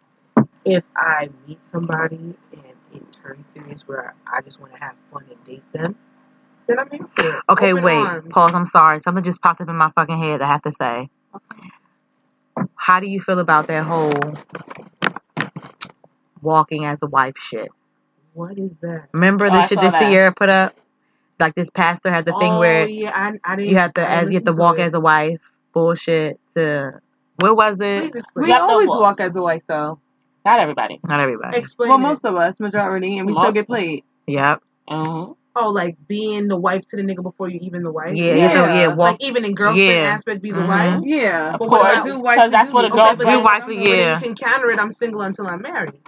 S3: If I meet somebody and it turns serious where I just want to have fun and date them, then I'm here for it.
S1: Okay,
S3: Open
S1: wait.
S3: arms.
S1: Pause. I'm sorry. Something just popped up in my fucking head. I have to say. How do you feel about that whole walking as a wife shit?
S3: What is that?
S1: Remember
S2: Oh,
S1: the
S2: I
S1: shit
S2: saw
S1: that
S2: that.
S1: Sierra put up? Like this pastor had the thing
S3: Oh
S1: where
S3: yeah, I, I
S1: you
S3: didn't
S1: have to
S3: I didn't
S1: as you have
S3: listen
S1: to
S3: to
S1: walk
S3: it.
S1: as a wife. Bullshit. To where was it?
S3: Please explain.
S4: We
S2: You have to
S4: always
S2: walk.
S4: walk as a wife, though.
S2: Not everybody.
S1: Not everybody.
S3: Explain
S4: Well,
S3: it.
S4: most of us, majority, and we still
S2: Most.
S4: get played.
S1: Yep.
S2: Mm-hmm.
S3: Oh, like being the wife to the nigga before you even the wife.
S1: Yeah. You have to. Yeah.
S4: Yeah.
S3: Like
S1: Walk.
S3: even in girlfriend
S1: Yeah.
S3: aspect, be the wife.
S1: Mhm.
S4: Yeah.
S2: Of
S3: But what
S4: Or
S2: course,
S3: about
S4: do
S2: because
S4: wifey,
S2: that's
S4: do
S2: what a
S4: me.
S3: okay? But
S1: Do
S2: girlfriend.
S3: then,
S1: wifely.
S3: but then you
S1: Yeah.
S3: can counter it. I'm single until I'm married.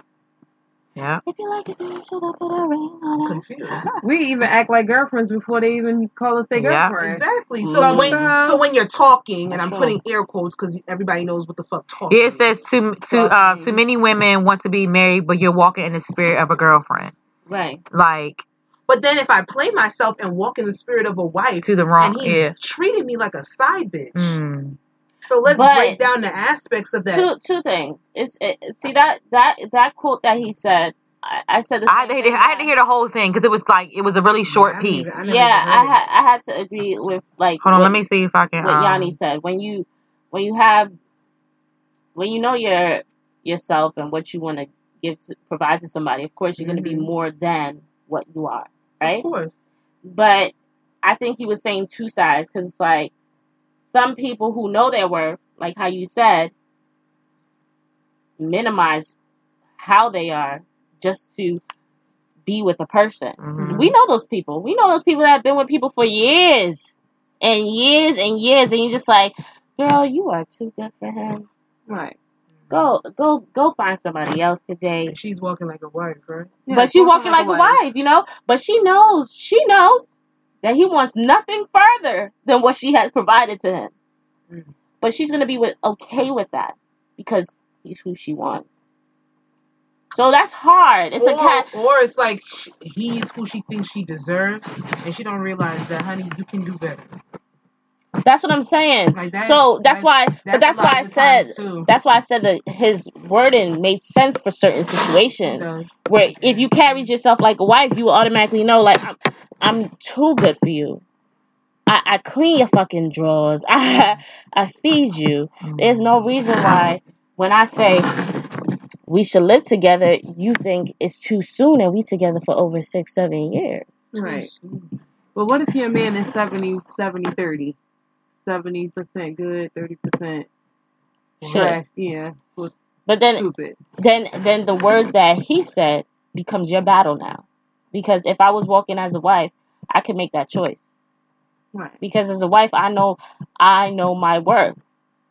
S1: Yeah.
S2: If you like it, then you should have put a ring
S3: I'm
S2: on it.
S3: confused.
S4: We even act like girlfriends before they even call us their
S1: Yeah.
S4: girlfriend.
S3: Exactly. So
S4: So what
S3: when
S4: the
S2: Mm,
S3: so
S4: hell?
S3: when you're talking, and
S2: that's
S3: I'm
S2: true.
S3: putting air quotes because everybody knows what the fuck
S1: Yeah, it
S3: talking
S1: says
S3: is.
S1: too too
S4: Fuck
S1: uh too
S4: me.
S1: many women want to be married, but you're walking in the spirit of a girlfriend.
S2: Right.
S1: Like
S3: But then if I play myself and walk in the spirit of a wife,
S1: to the
S3: and
S1: wrong
S3: he's
S1: yeah.
S3: treating me like a side bitch.
S1: Mm.
S3: So let's
S2: But
S3: break down the aspects of that.
S2: two two things. It's it, it- see that that that quote that he said. I, I said the
S1: I had
S2: same
S1: to hear
S2: thing.
S1: I had to
S2: That,
S1: hear the whole thing because it was like it was a really
S3: Yeah,
S1: short
S3: I, didn't even,
S1: piece.
S3: I never even
S2: yeah,
S3: heard
S2: I
S3: of it.
S2: had I had to agree with like
S1: Hold on, let
S2: what
S1: me see if I can
S2: what Yanni
S1: um
S2: said. When you when you have when you know your yourself and what you want to give to provide to somebody, of course you're going to be
S1: Mm-hmm.
S3: hmm
S2: more than what you are,
S3: Of
S2: right?
S3: course.
S2: But I think he was saying two sides because it's like some people who know their worth, like how you said, minimize how they are just to be with a person.
S1: mhm.
S2: We know those people. We know those people that have been with people for years and years and years, and you're just like, girl, you are too good for him.
S4: Right.
S2: Go, go, go find somebody else today.
S3: And she's walking like a wife, right?
S4: Yeah,
S2: But
S4: it's
S2: she walking
S4: walking like a
S2: like a
S4: wife.
S2: wife, you know. But she knows, she knows that he wants nothing further than what she has provided to him.
S3: Mm.
S2: But she's gonna be with okay with that because he's who she wants. So that's hard. It's a
S3: Or,
S2: cat.
S3: or it's like sh- he's who she thinks she deserves, and she don't realize that, honey, you can do better.
S2: That's what I'm saying.
S3: Like that
S2: so
S3: is-
S2: that's why, but that's
S3: a lot
S2: why I
S3: of the times,
S2: said
S3: too.
S2: that's why I said that his wording made sense for certain situations.
S3: does.
S2: Where if you carried yourself like a wife, you would automatically know like I'm, I'm too good for you. I, I clean your fucking drawers. I I feed you. There's no reason why when I say we should live together, you think it's too soon, and we together for over six, seven years.
S4: Right. But what if your man is 70, 70, 30? 70% good, 30%
S2: Shit.
S4: trash. Yeah. Well,
S2: But then
S4: stupid.
S2: then then the words that he said becomes your battle now because if i was walking as a wife i could make that choice
S4: Right.
S2: because as a wife i know i know my worth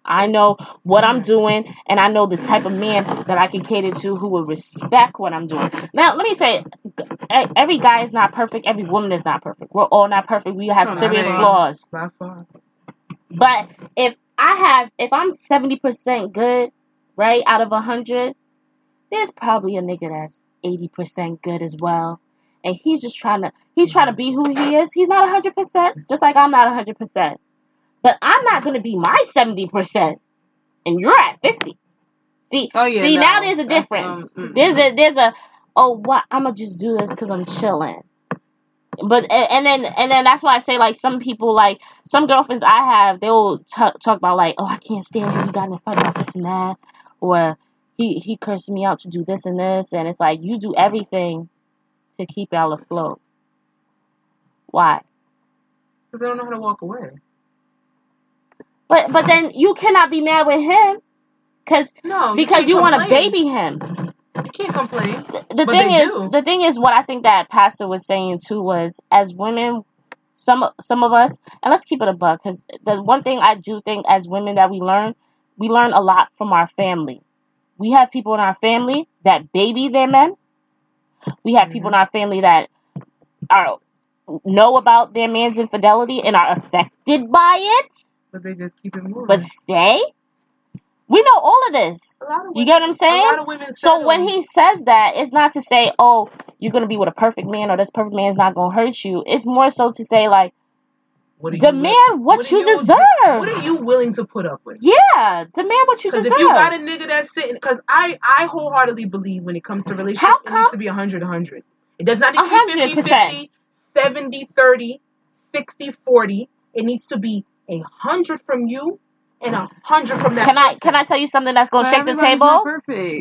S2: i know what i'm doing and i know the type of man that i can cater to who will respect what i'm doing now let me say e- every guy is not perfect every woman is not perfect we're all not perfect we have
S3: No, not
S2: serious
S3: at all.
S2: flaws
S3: By far.
S2: but if i have if i'm 70% good right out of 100 there's probably a nigga that's 80% good as well. And he's just trying to he's trying to be who he is. He's not 100%, just like I'm not 100%. But I'm not going to be my 70% and you're at 50. See,
S4: Oh, yeah.
S2: see
S4: no.
S2: now there's a
S4: That's,
S2: difference.
S4: um, mm-mm.
S2: There's
S3: Mm-hmm.
S2: a there's a oh what I'm gonna just do this because I'm chilling. But a- and then and then that's why I say like some people like some girlfriends I have they will t- talk about like oh I can't stand him. You got in a fight about this and that, or he he cursed me out to do this and this, and it's like you do everything to keep y'all afloat. Why?
S3: Because they don't know how to walk away.
S2: But but then you cannot be mad with him because
S3: No, Oh, you
S2: because
S3: can't
S2: you want to
S3: complain.
S2: baby him.
S3: You can't complain.
S2: the
S3: But
S2: thing
S3: they
S2: is
S3: do.
S2: the thing is what i think that pastor was saying too was as women some some of us and let's keep it a buck because the one thing i do think as women that we learn we learn a lot from our family we have people in our family that baby their men we have people in
S3: Mm-hmm.
S2: our family that are know about their man's infidelity and are affected by it
S3: But they just keep it moving.
S2: but stay we know all of this
S3: a lot of
S2: you
S3: women,
S2: get what i'm
S3: a
S2: saying
S3: lot of women
S2: So
S3: settle.
S2: when he says that, it's not to say, "Oh, you're gonna be with a perfect man, or this perfect man's not gonna hurt you." It's more so to say, like,
S3: what are you
S2: demand
S3: wi-
S2: what,
S3: what are
S2: you
S3: you
S2: deserve.
S3: what are you willing to put up with?
S2: yeah, demand what you
S3: Because
S2: deserve.
S3: if you got a nigga that's sitting, because I, I wholeheartedly believe when it comes to relationship,
S2: How
S3: it needs
S2: come?
S3: to be 100 100. It does not
S2: A
S3: need to be
S2: hundred
S3: 50
S2: percent.
S3: 50, 70 30, 60 40. It needs to be a 100 from you and a 100 from that
S2: Can I
S3: person.
S2: can I tell you something that's gonna
S4: But
S2: shake the
S4: everybody's not
S2: table?
S4: perfect.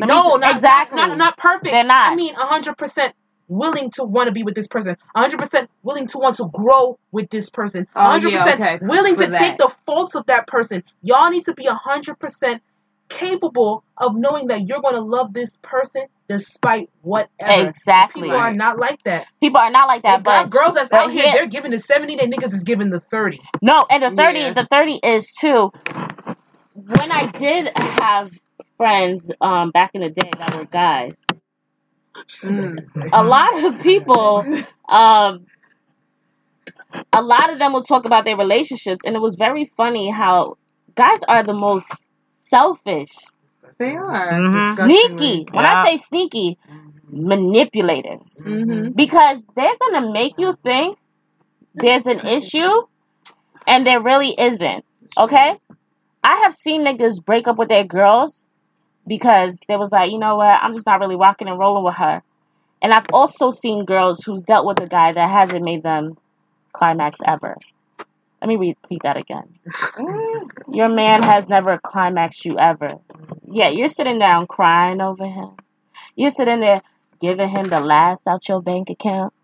S2: Let me
S3: No, not, not,
S2: exactly.
S3: not, not perfect.
S2: They're
S3: I
S2: not.
S3: mean 100% willing to want to be with this person 100% willing to want to grow with this person
S4: Oh,
S3: 100%
S4: yeah. Okay.
S3: willing
S4: For
S3: to take
S4: that.
S3: the faults of that person y'all need to be 100% capable of knowing that you're going to love this person despite whatever
S2: Exactly.
S3: people are
S4: Right.
S3: not like that
S2: People are not like that,
S3: and
S2: but
S3: god girls that's
S2: but
S3: out here
S2: here
S3: they're giving the 70 they niggas is giving the 30
S2: no, and the thirty
S4: Yeah.
S2: the thirty is too. when I did have friends um back in the day that were guys,
S4: Mm.
S2: a lot of people um a lot of them will talk about their relationships and it was very funny how guys are the most selfish,
S4: They are.
S1: Mm-hmm.
S2: sneaky. When I
S1: Yeah.
S2: say sneaky, manipulators.
S4: Mm-hmm.
S2: Because they're going to make you think there's an issue and there really isn't. Okay? I have seen niggas break up with their girls because they was like, you know what, I'm just not really rocking and rolling with her. And I've also seen girls who's dealt with a guy that hasn't made them climax ever. Let me repeat that again.
S4: Mm.
S2: Your man has never climaxed you ever. Yeah, you're sitting down crying over him. You're sitting there giving him the last out your bank account.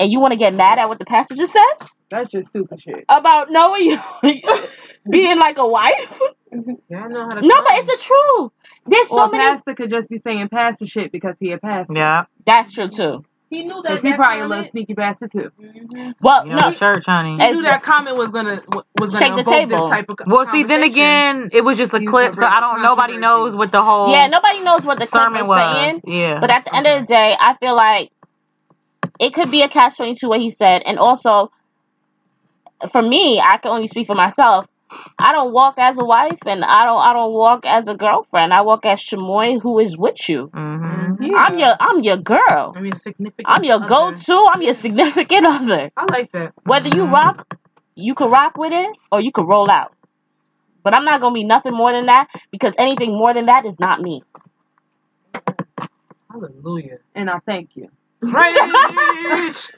S2: And you want to get mad at what the pastor just said?
S4: That's just stupid shit.
S2: About knowing you being like a wife?
S3: yeah i know how to
S2: No, but it's the truth. There's
S4: Or
S2: so
S4: a
S2: many.
S4: pastor could just be saying pastor shit because he a pastor.
S1: Yeah.
S2: That's true too.
S3: he knew that
S4: Because he
S3: that Mm-hmm.
S4: probably a little
S3: comment
S4: sneaky bastard too.
S2: Well,
S1: You know,
S2: no,
S1: church, honey.
S3: he knew
S2: it's
S3: that comment was gonna was
S2: shake
S3: gonna
S2: the
S3: evoke this
S2: table.
S3: type of co-
S1: Well, see, then
S3: conversation
S1: again, it was just a
S4: He was gonna
S1: clip, so
S4: bring
S1: I
S4: up
S1: don't. Nobody knows
S4: controversy.
S1: what the
S2: Yeah,
S1: whole
S2: nobody knows what the clip
S1: sermon
S2: is
S1: was.
S2: saying,
S1: Yeah.
S2: but at the end of
S3: okay
S2: the day, I feel like it could be a catch twenty two what he said, and also for me, I can only speak for myself. I don't walk as a wife, and I don't I don't walk as a girlfriend. I walk as Shamoy, who is with you.
S1: Mm-hmm.
S3: hmm
S2: I'm your
S4: Yeah.
S2: I'm your girl.
S3: i mean
S2: I'm
S3: significant
S2: your go
S3: other
S2: to. I'm your significant other.
S3: i like that
S2: Whether you
S1: Mhm.
S2: rock you could rock with it or you could roll out. But I'm not gonna be nothing more than that because anything more than that is not me.
S7: Hallelujah.
S5: And I thank you.
S7: Preach.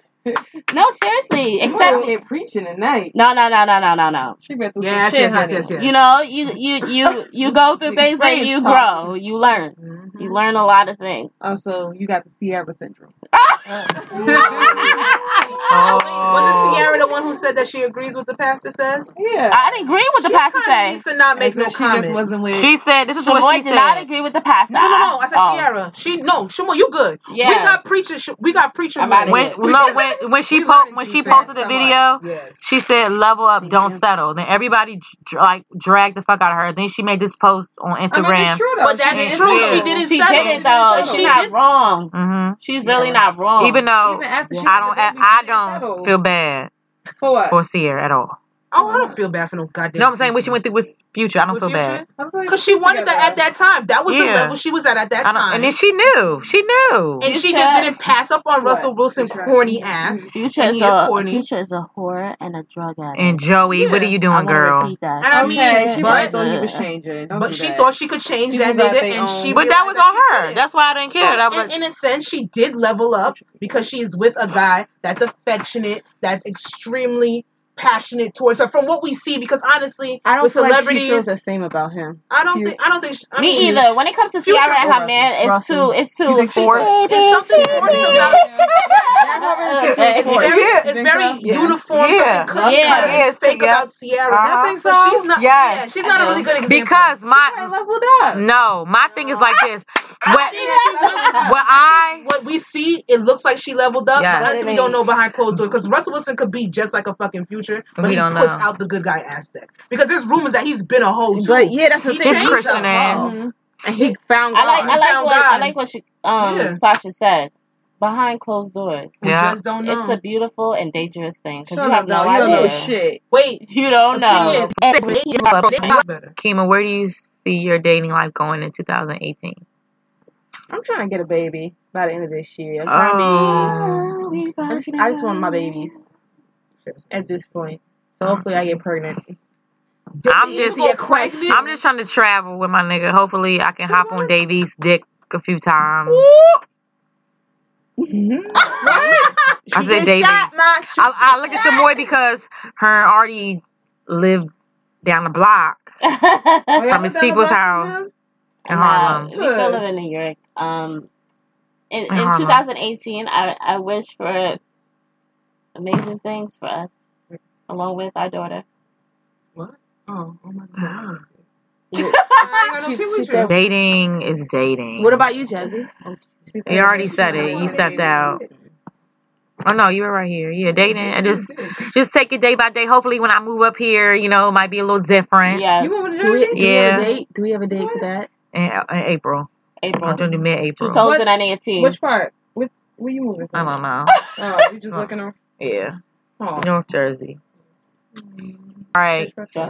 S2: No, seriously. Except
S4: Exactly. preaching tonight.
S2: no, no, no, no, no, no, no.
S4: She been through
S7: yes,
S4: some shit,
S7: yes, yes,
S4: honey.
S7: yes, yes.
S2: You know, you you you you go through things and you grow. You learn.
S3: Mm-hmm.
S2: You learn a lot of things.
S5: Oh, so you got the Sierra syndrome.
S3: Wasn't
S1: Oh.
S3: Sierra the one who said that she agrees with the pastor says?
S5: Yeah.
S2: I didn't agree with the
S3: she
S2: pastor
S3: kinda
S2: say.
S3: needs to not make
S5: And so
S3: no
S5: she
S3: comment.
S5: just wasn't with.
S1: She said, this is what
S2: Shamoy
S1: she
S2: did not
S1: said.
S2: agree with the pastor.
S3: No, no, no. I said
S2: Oh,
S3: Sierra. She no, Shumo, you good.
S2: yeah.
S3: We got preacher. Sh- We got preacher.
S2: I'm outta
S3: room.
S2: here.
S1: When no, when when she
S7: We
S1: po-
S7: learned
S1: when
S7: you
S1: she
S7: fast
S1: posted the
S7: somebody.
S1: video,
S7: Yes.
S1: she said, "Level up,
S5: Thank
S1: don't
S5: you.
S1: settle." Then everybody dr- dr- like dragged the fuck out of her. Then she made this post on
S5: I mean, it's
S1: Instagram.
S5: true though.
S3: But
S5: She
S3: that's
S1: And
S5: didn't
S3: true. She
S1: yeah,
S5: settle.
S3: didn't
S2: She
S3: settle.
S2: did
S5: She
S2: it
S5: didn't
S2: though.
S5: settle.
S2: She's
S3: She
S2: not
S3: did.
S2: wrong.
S1: hmm
S2: She's really
S5: Sierra.
S2: not
S1: Even
S2: wrong.
S1: though
S5: Even after she
S1: I don't,
S5: had the
S1: Oh, I,
S5: baby, she
S1: I
S5: didn't
S1: don't
S5: settle.
S1: feel bad
S5: For what?
S1: for Sierra at all.
S3: Oh,
S5: Why
S3: I don't
S5: not?
S3: feel bad for no goddamn.
S1: No, I'm saying what
S3: CC.
S1: she went through with Future. I don't
S3: with
S1: feel bad.
S3: Future?
S5: I feel like
S3: Because
S5: we
S3: she
S5: were
S3: wanted that at
S5: together.
S3: that time. That was the
S1: Yeah,
S3: level she was at at that
S1: I don't. And
S3: time.
S1: then she knew. She knew.
S3: And
S2: You
S3: she just
S2: should-
S3: didn't pass up on
S5: What?
S3: Russell Wilson
S5: Future.
S3: corny ass.
S2: Future
S3: And
S2: is
S3: he is
S2: a
S3: corny.
S2: future is a whore and a drug
S1: And
S2: addict.
S1: Joey, what are
S3: Yeah.
S1: you
S2: I
S1: doing,
S2: want to
S1: girl?
S2: repeat that.
S3: And I
S5: Okay,
S3: mean,
S5: she
S2: Future
S5: probably
S3: but
S2: is
S5: thought he was
S2: a
S5: changing. Don't
S3: but
S5: do
S3: she
S5: that.
S3: thought she could change
S5: People
S3: that
S5: got
S3: nigga
S5: their
S3: and she
S5: own.
S1: But that
S3: realized
S1: was
S3: that she
S1: on her.
S3: couldn't.
S1: That's why I didn't care.
S3: So
S1: I was
S3: in,
S1: like,
S3: in a sense, she did level up because she is with a guy that's affectionate, that's extremely passionate towards her. From what we see, because honestly,
S5: I don't
S3: with
S5: feel like she feels
S3: celebrities,
S5: the same about him.
S3: I don't
S5: Future.
S3: think I don't think she, I
S2: me
S3: mean
S2: either. When it comes to
S3: Future
S2: Ciara and
S3: or
S2: her
S3: Russell.
S2: man, it's too
S5: Russell.
S2: it's
S1: you
S2: too.
S1: think
S3: she
S1: forced?
S3: it's something
S5: She
S3: forced
S5: feels about
S3: about
S5: him. That's how really she feels
S2: Hey.
S3: it's
S5: for
S3: very
S5: him.
S1: Yeah,
S3: it's
S5: Drink
S3: very
S5: up, yeah.
S3: uniform, something
S1: yeah,
S3: cookie cutter
S2: Yeah.
S3: and
S1: yeah. It's
S3: fake
S1: yeah.
S3: about Sierra.
S5: Y'all
S1: Uh huh.
S5: think
S3: So she's
S5: so?
S3: not yeah,
S1: Yes.
S3: she's
S2: I
S3: not a really
S2: do.
S3: good example.
S1: Because
S5: She
S1: my
S5: probably leveled up.
S1: No, my thing is like this.
S3: I
S1: What
S3: think she leveled up.
S1: what
S3: I think
S1: I
S3: what we see, it looks like she leveled up, but
S1: yes,
S5: But it
S3: honestly, we don't
S5: ain't.
S3: know behind closed doors because Russell Wilson could be just like a fucking future, but
S1: we
S3: he
S1: don't
S3: puts
S1: know.
S3: out the good guy aspect because there's rumors that he's been a hoe too.
S5: But yeah, that's the
S3: He
S5: thing.
S1: His
S5: He
S3: changed
S5: was a
S1: Christian
S3: up.
S1: Mm-hmm. ass.
S5: hoe, and he found
S2: I like
S5: God.
S2: I
S3: He
S2: like
S3: found
S2: what I
S3: God.
S2: like what she um
S3: Yeah,
S2: Sasha said. Behind closed doors,
S3: we
S1: Yeah.
S3: just don't
S2: it's a
S3: know.
S2: beautiful and dangerous thing because you
S5: Shut
S2: have
S5: up,
S2: no
S5: dog. You don't know
S2: idea.
S5: shit.
S3: Wait,
S2: You don't know.
S3: opinion.
S1: Six
S3: Wait,
S1: years
S3: I
S1: ago,
S3: know better.
S1: Kima, where do you see your dating life going in 2018?
S5: I'm trying to get a baby by the end of this year. I'm trying to be.
S1: Oh.
S2: We
S5: I just,
S2: rocking
S5: I
S2: and
S5: just want my babies
S2: rolling.
S5: at this point. So hopefully I get pregnant.
S1: I'm
S3: Dating to
S1: just
S3: get
S5: It's like
S3: pregnant.
S1: I'm
S5: shit.
S1: just trying to travel with my nigga. Hopefully I can
S5: Shut
S1: hop on Davy's dick a few times.
S5: What?
S1: I
S3: Shoot
S1: said
S3: your
S1: Davy.
S3: shot, ma.
S1: I,
S3: Shoot your
S1: I look at Shamoy because her already lived down the block
S5: Oh, y'all
S1: from
S5: live
S1: his
S5: down the
S1: people's
S5: block from
S1: house
S5: him?
S1: in
S2: nah,
S1: Harlem.
S2: we still live in
S5: Sus.
S2: New York. Um,
S1: In
S2: in, in
S1: Harlem.
S2: 2018, I, I wish for amazing things for us, along with our daughter.
S3: What? Oh, oh my god.
S5: What?
S3: I ain't got no
S5: She
S3: kid
S5: she
S3: with you.
S5: said.
S1: Dating is
S5: What
S1: dating.
S5: about you, Jazzy?
S4: She
S1: You
S4: said
S1: already
S4: that she
S1: said
S4: don't
S1: it. You
S4: want a
S1: stepped
S4: baby.
S1: out. Oh no, you were right here. Yeah, dating and
S3: You
S1: just
S3: dick.
S1: just take it day by day. Hopefully when I move up here, you know, it might be a little different.
S2: Yes,
S5: You moving to
S4: Do we do
S5: Jersey?
S4: we have a
S1: Yeah.
S4: date? Do we have a date for
S5: What?
S4: that?
S1: In, in April. I'm
S2: April
S1: doing it mid April.
S5: What?
S2: 2018.
S5: Which part? Which? Where you moving
S1: I
S5: from?
S1: don't know.
S5: Oh, you just
S1: So,
S5: looking around.
S1: yeah.
S5: Oh,
S1: North Jersey.
S2: Mm.
S1: All right.
S5: interesting.
S2: So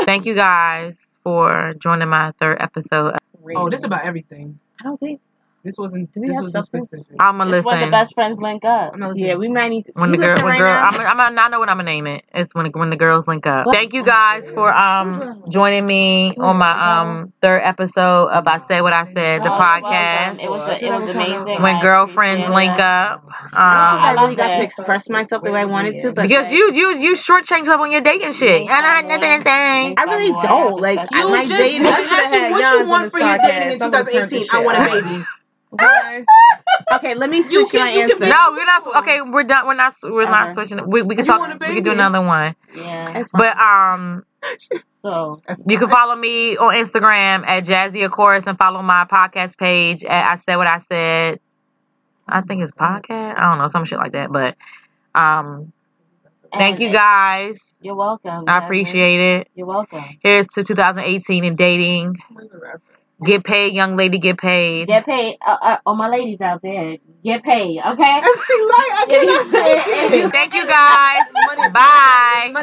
S1: So thank you guys for joining my third episode.
S3: Oh, this
S5: Reading.
S3: about everything.
S5: I don't think.
S3: This wasn't.
S5: Do we
S3: This
S5: have
S3: wasn't
S5: substance?
S3: specific.
S1: I'ma
S2: it's when the
S1: listen.
S2: best friends link up.
S3: I'm not listening
S5: Yeah,
S3: to
S5: we
S3: this.
S5: might need to.
S1: When
S5: You
S1: the girl,
S5: listen
S1: when
S5: right
S1: girl,
S5: now.
S1: I'm, I'm, I know what I'm gonna name it. It's when when the girls link up.
S5: What?
S1: Thank you
S3: Oh,
S1: guys
S3: okay.
S1: for
S5: Who's
S1: um
S5: wrong?
S1: joining me
S5: Who
S1: on
S5: is
S1: my
S5: Ricardo?
S1: um third episode of I Said What I Said, the
S2: No, you're welcome.
S1: podcast.
S2: Oh, It was
S5: I
S2: a,
S5: feel
S2: it
S5: like
S2: was
S5: we're kind of
S2: amazing.
S1: When
S2: I
S1: girlfriends
S2: appreciate
S1: link
S2: it.
S1: up,
S5: I don't think
S1: um,
S5: I
S2: I
S5: really
S2: loved
S5: got to
S2: it.
S5: express myself the way I wanted to, but
S1: because
S5: like,
S1: you you you shortchanged up on your dating shit.
S2: Thanks,
S1: And I
S2: my
S1: had nothing
S2: boy.
S1: to say.
S2: Thanks,
S5: I
S2: my
S5: really
S2: boy. I
S5: don't. Like,
S2: respect
S5: I,
S2: you.
S3: You
S5: my
S3: just
S5: dating,
S3: you
S5: I
S3: just
S5: should have
S3: asked him
S5: had
S3: what you
S5: Yans on
S3: want
S5: this
S3: for your dating in
S5: podcast. I would have turned
S3: 2018.
S5: this
S3: I
S5: shit
S3: want a
S5: up.
S3: baby.
S5: Why? Okay, let me
S3: You
S5: switch my
S3: can you can be
S5: answer.
S1: No, we're not.
S3: truthful.
S1: Okay, we're done. We're not. We're not
S2: Ever.
S1: switching. We we could
S3: You
S1: talk.
S3: want a
S1: We could do
S3: baby?
S1: another one.
S2: Yeah.
S5: That's
S1: But
S5: fine.
S1: um,
S2: So
S3: That's
S1: You can
S3: fine.
S1: follow me on Instagram at Jazzy of course and follow my podcast page at I Said What I Said. I think
S3: Mm-hmm.
S1: it's podcast. I don't know, some shit like that. But um thank
S2: and
S1: you
S2: it,
S1: guys.
S2: you're welcome,
S1: I
S2: Jasmine.
S1: appreciate it.
S2: You're welcome.
S1: Here's to 2018 and dating. Get paid, young lady, get paid.
S2: Get paid. Uh, uh, all my ladies out there, get paid. Okay.
S3: MC Light, I
S2: If you
S3: cannot take
S2: if you
S3: it.
S1: Thank you guys.
S3: Money is money.
S1: Bye.
S3: Money